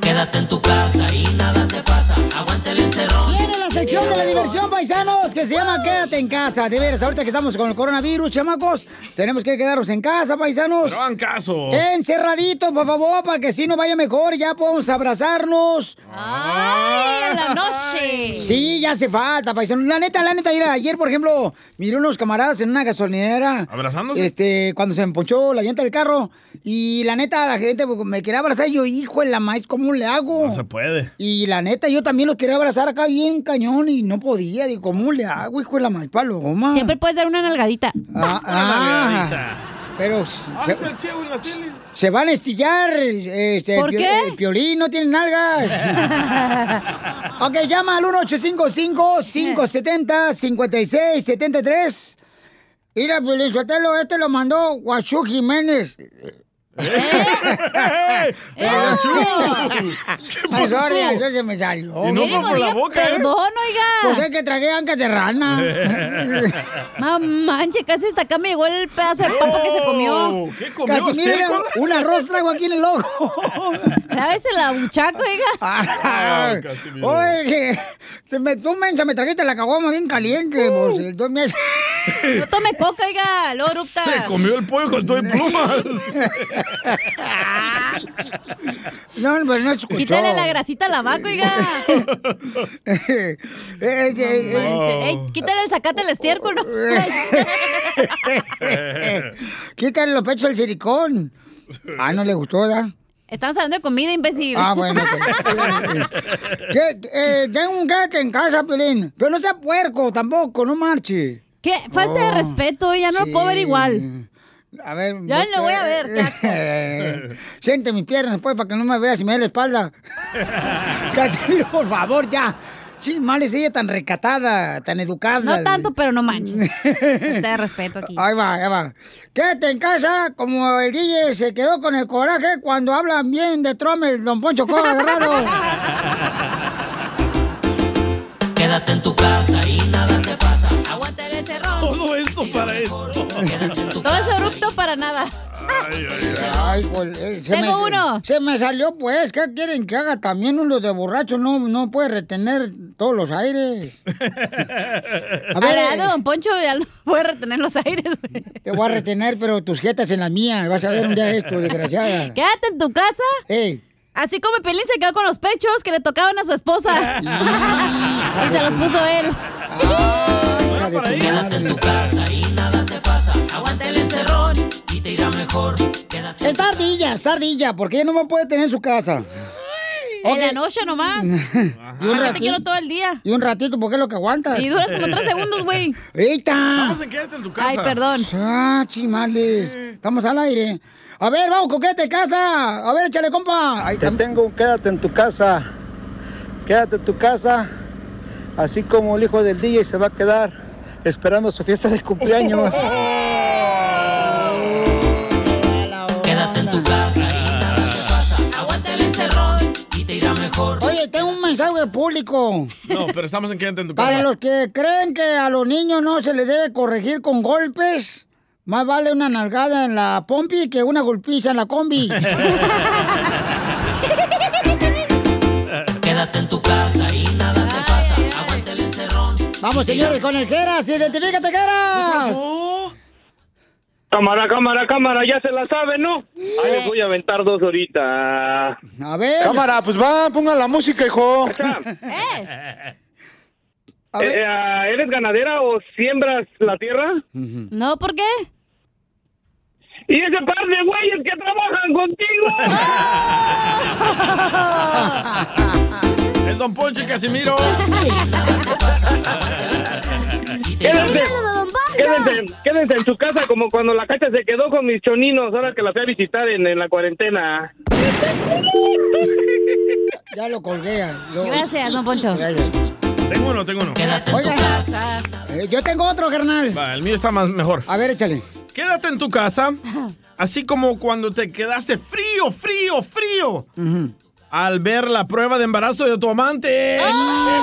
Quédate en tu casa y nada te pasa. Aguanta el encerrón. Viene la sección de la diversión, paisanos, que se llama Quédate en casa. De veras, ahorita que estamos con el coronavirus, chamacos, tenemos que quedarnos en casa, paisanos. Pero hagan caso. Encerraditos, por favor, para que si nos vaya mejor, ya podamos abrazarnos. Ah. ¡Ay, en la noche! Sí, ya hace falta, paisano. La neta, la neta, mira, ayer, por ejemplo, miré unos camaradas en una gasolinera. ¿Abrazándose? Este, cuando se emponchó la llanta del carro. Y la neta, la gente pues, me quería abrazar. y yo, hijo de la maíz, ¿cómo le hago? No se puede. Y la neta, yo también los quería abrazar acá bien cañón y no podía. Digo, ¿cómo le hago, hijo de la maíz paloma? Siempre puedes dar una nalgadita. Ah, ah, pero se, se van a estillar. Este, ¿Por el pio- qué? El piolín no tiene nalgas. ok, llama al 1855-570-5673. Mira, Piolín Sotelo, este lo mandó Guachú Jiménez. ¿Qué Ay, pasó? sorry, eso se me salió. Y no fue por la boca, ¿eh? Perdón, oiga. Pues es que tragué ancas de rana. Mamá, manche, casi hasta acá me llegó el pedazo de pampa que se comió. ¿Qué comió Casimiro, usted? era un arroz traigo aquí en el ojo. A veces la buchaco, Ay, oiga. Ah, Oye, se me, tú mensa, me trajiste la caguama bien caliente. pues, entonces me hace- Uh. No tome coca, oiga, luego erupta. Se comió el pollo con todo y plumas. No, pero no escuchó. Quítale la grasita a la vaca, oiga. Eh, eh, eh, No manche. Ey, quítale el sacate el estiércol. ¿no? Eh, Quítale los pechos al silicón. Ah, no le gustó, ¿verdad? Estamos hablando de comida, imbécil. Ah, bueno. Que, eh, tengo un gato en casa, Pelín. Pero no sea puerco tampoco, no marche. ¿Qué? Falta de Oh. respeto, ya no lo puedo ver Sí. igual. A ver. Ya lo voy a ver, qué ver. Siente mis piernas después para que no me veas y me dé la espalda. Casimiro, por favor, ya. Sí, mal es ella tan recatada, tan educada. No tanto, pero no manches. Te respeto aquí. Ahí va, ahí va. Quédate en casa, como el DJ se quedó con el coraje cuando hablan bien de Trump, el don Poncho Coba Guerrero. Quédate en tu casa y nada te pasa. Aguanta el encerrón. Todo eso para eso. Quédate en tu Todo es erupto para nada. Ay, Ay, pues, eh, Tengo uno. Se me salió, pues. ¿Qué quieren que haga? También uno de borracho no, no puede retener todos los aires. A ver, eh. Ahora, don Poncho ya no puede retener los aires. güey. Te voy a retener, pero tus jetas en la mía. Vas a ver un día esto, desgraciada. Quédate en tu casa. Así como Pelín se quedó con los pechos que le tocaban a su esposa. y se los puso él. Quédate en tu casa y nada te pasa. Aguanta el encerrón y te irá mejor. Es tardilla, es tardilla, porque ella no me puede tener en su casa. En la noche nomás. Y un Yo te ratito. quiero todo el día. Y un ratito, porque es lo que aguantas. Y duras como tres segundos, güey. ¡Eita! Vamos a quédate en tu casa. Ay, perdón. ¡Ah, chimales! Estamos al aire. A ver, vamos, coquete, casa. A ver, échale, compa. Ahí Te tengo, quédate en tu casa. Quédate en tu casa. Así como el hijo del DJ se va a quedar esperando su fiesta de cumpleaños. Quédate en tu casa y nada te pasa. Aguanta el encerrón y te irá mejor. Oye, tengo un mensaje público. No, pero estamos en quédate en tu Para casa. los que creen que a los niños no se les debe corregir con golpes, más vale una nalgada en la pompi que una golpiza en la combi. Quédate en tu casa y nada te pasa. Aguanta el encerrón. Vamos, señores, con el Geras, identifícate, Geras. Cámara, cámara, cámara, ya se la sabe, ¿no? Ahí les voy a aventar dos ahorita. A ver. Cámara, pues va, pongan la música, hijo. Eh, eh, ah, ¿Eres ganadera o siembras la tierra? No, ¿por qué? Y ese par de güeyes que trabajan ¡Ah, contigo. El Don Poncho y Casimiro. Quédense, quédense, quédense en su casa como cuando la cacha se quedó con mis choninos ahora que la fui a visitar en, en la cuarentena. Ya lo colgué. ah, lo- Gracias, don Poncho. Tengo uno, tengo uno. Oigan, eh, yo tengo otro, carnal. Va, el mío está más mejor. A ver, échale. Quédate en tu casa, así como cuando te quedaste frío, frío, frío. Al ver la prueba de embarazo de tu amante. ¡Ah!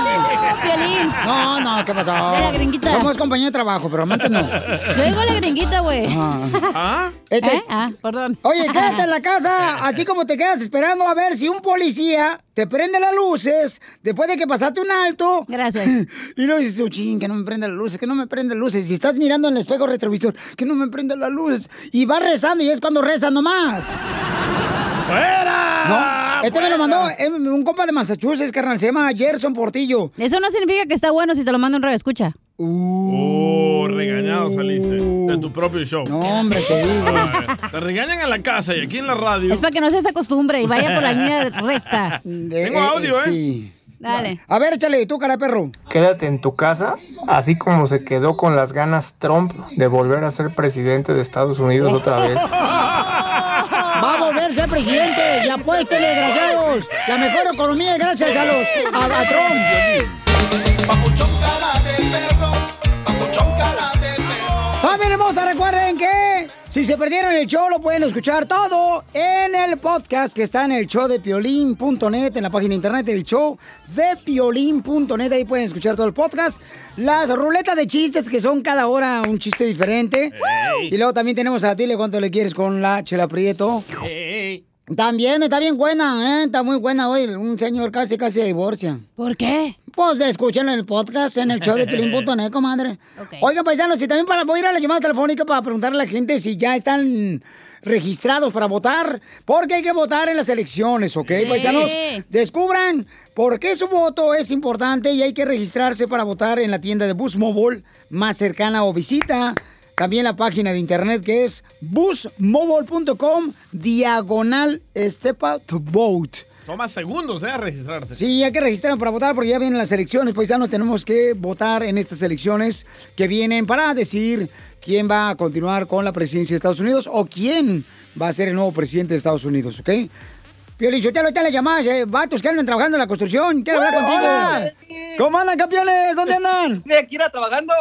No, no, ¿qué pasó? De la gringuita. Somos compañía de trabajo, pero amantes no. Yo digo la gringuita, güey. Ah. ¿Ah? Este- ¿Eh? Ah, perdón. Oye, quédate en la casa, así como te quedas esperando a ver si un policía te prende las luces después de que pasaste un alto. Gracias. Y luego dices, tú, ching, que no me prende las luces, que no me prende las luces. Si estás mirando en el espejo retrovisor, que no me prende las luces. Y vas rezando y es cuando reza nomás. ¡Fuera! No, este me lo mandó eh, un compa de Massachusetts, carnal, se llama Gerson Portillo. Eso no significa que está bueno si te lo manda un radio escucha. Oh, regañado saliste de tu propio show. No, Uh. hombre, te digo. Te regañan en la casa y aquí en la radio. Es para que no se desacostumbre y vaya por la línea recta. Tengo audio, ¿eh? Dale. A ver, échale, tú, cara de perro. Quédate en tu casa, así como se quedó con las ganas Trump de volver a ser presidente de Estados Unidos otra vez. Va a volver a ser presidente. Ya apuesten, desgraciados. La mejor economía es gracias a los a, a Trump. Familia hermosa, recuerden que si se perdieron el show, lo pueden escuchar todo en el podcast que está en el show de piolín.net, en la página de internet del show de piolín.net. Ahí pueden escuchar todo el podcast. Las ruletas de chistes que son cada hora un chiste diferente. Y luego también tenemos a Dile cuánto le quieres con la Chela Prieto. También está bien buena, ¿eh? Está muy buena hoy. Un señor casi, casi se divorcia. ¿Por qué? Pues escúchenlo en el podcast, en el show de Pilín.net, comadre. Oigan, paisanos, y también para, voy a ir a la llamada telefónica para preguntarle a la gente si ya están registrados para votar, porque hay que votar en las elecciones, ¿ok, Sí. paisanos? Descubran por qué su voto es importante y hay que registrarse para votar en la tienda de Bus Mobile más cercana o visita también la página de internet que es busmobile.com diagonal step out to vote. Toma segundos, ¿eh? A registrarte. Sí, hay que registrar para votar porque ya vienen las elecciones, paisanos. Tenemos que votar en estas elecciones que vienen para decidir quién va a continuar con la presidencia de Estados Unidos o quién va a ser el nuevo presidente de Estados Unidos, ¿ok? Piolín, yo te lo la llamada, eh, vatos que andan trabajando en la construcción, quiero hablar contigo. Hola. ¿Cómo andan, campeones? ¿Dónde andan? Aquí ir trabajando.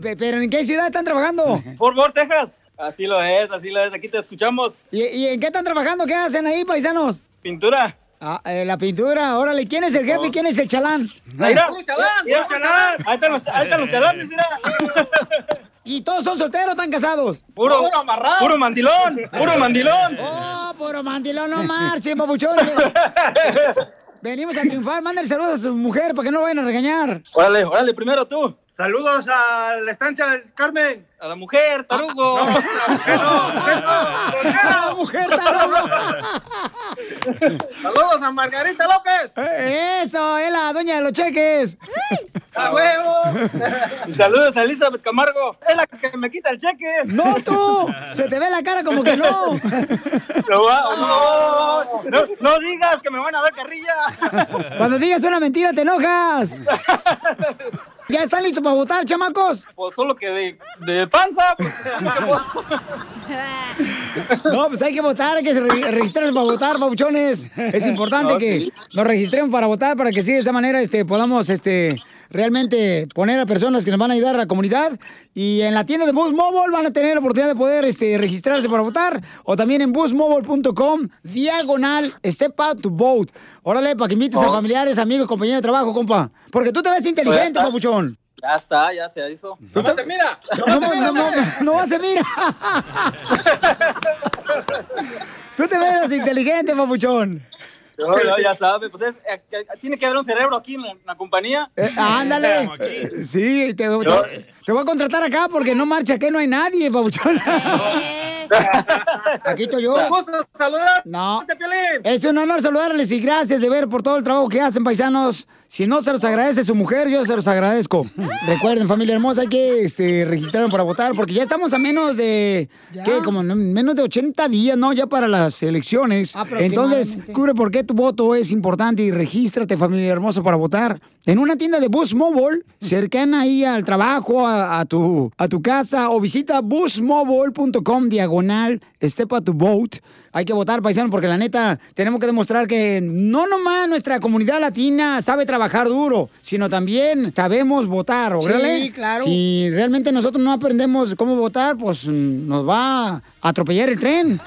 ¿Pero en qué ciudad están trabajando? Por favor, Texas. Así lo es, así lo es. Aquí te escuchamos. ¿Y, y en qué están trabajando? ¿Qué hacen ahí, paisanos? Pintura. Ah, eh, la pintura, órale, ¿quién es el jefe y quién es el chalán? Mira, mira, Ahí están los, ahí están los Eh. chalanes, mira. ¿Y todos son solteros o están casados? Puro- Puro amarrado. puro mandilón, puro mandilón. ¡Oh, puro mandilón! ¡No marchen, papuchones! Venimos a triunfar. Mándale saludos a su mujer para que no lo vayan a regañar. Órale, órale, primero tú. Saludos a la estancia del Carmen. A la mujer, tarugo. ¡A la mujer tarugo! Saludos a Margarita López. ¡Eso! ¡Es la doña de los cheques! Ah, ¡A huevo! Y Saludos a Elizabeth Camargo. Es la que me quita el cheque. ¡No tú! ¡Se te ve la cara como que no! No, va- no, no, no digas que me van a dar carrilla. Cuando digas una mentira te enojas. ¿Ya están listos para votar, chamacos? Pues solo que de, de panza. pues, ¿qué puedo? No, pues hay que votar, hay que re- registrarse para votar, babuchones. Es importante No, que sí. nos registremos para votar para que sí, de esa manera este, podamos este, realmente poner a personas que nos van a ayudar a la comunidad. Y en la tienda de Boost Mobile van a tener la oportunidad de poder este, registrarse para votar. O también en boostmobile.com, diagonal, step out to vote. Órale, para que invites a Oh. familiares, amigos, compañeros de trabajo, compa. Porque tú te ves inteligente, Oye, ah. papuchón. Pues, Ya está, ya se hizo. ¡No se mira! ¡No, no, no, no se mira! Tú te ves inteligente, papuchón. No, no, ya sabe, pues es, eh, que- tiene que haber un cerebro aquí en la, en la compañía. Eh, ándale. Sí, te, te- te voy a contratar acá porque no marcha, que no hay nadie, papuchón. Aquí estoy yo. Un gusto saludar. No. Es un honor saludarles y gracias de ver por todo el trabajo que hacen, paisanos. Si no se los agradece su mujer, yo se los agradezco. Recuerden, familia hermosa, hay que este, registraron para votar porque ya estamos a menos de, ¿qué? Como no- menos de 80 días, ¿no? Ya para las elecciones. Entonces, Aproximadamente. cubre por qué tu voto es importante y regístrate, familia hermosa, para votar en una tienda de Boost Mobile cercana ahí al trabajo, a, a tu, a tu casa o visita boostmobile.com diagonal step up to vote. Hay que votar, paisano, porque la neta tenemos que demostrar que no nomás nuestra comunidad latina sabe trabajar duro, sino también sabemos votar, ¿órale? Sí, claro. Si realmente nosotros no aprendemos cómo votar, pues mm, nos va a atropellar el tren.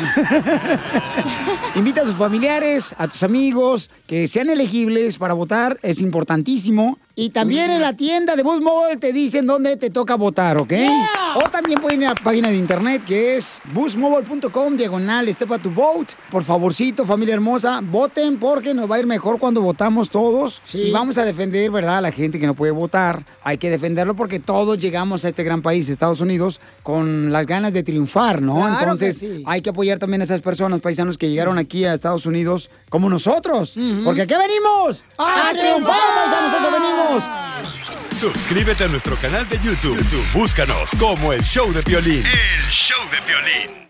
Invita a tus familiares, a tus amigos, que sean elegibles para votar, es importantísimo. Y también en la tienda de Boost Mobile te dicen dónde te toca votar, ¿ok? O también pueden ir a la página de internet que es boostmobile.com, diagonal, step up to vote. Por favorcito, familia hermosa, voten porque nos va a ir mejor cuando votamos todos. Y vamos a defender, ¿verdad?, a la gente que no puede votar. Hay que defenderlo porque todos llegamos a este gran país, Estados Unidos, con las ganas de triunfar, ¿no? Claro que Entonces, sí. hay que apoyar también a esas personas, paisanos que llegaron aquí a Estados Unidos como nosotros. Porque aquí venimos a, ¡A triunfar, triunfar! paisanos, eso venimos. Suscríbete a nuestro canal de YouTube. YouTube, Búscanos como el show de violín. El show de violín.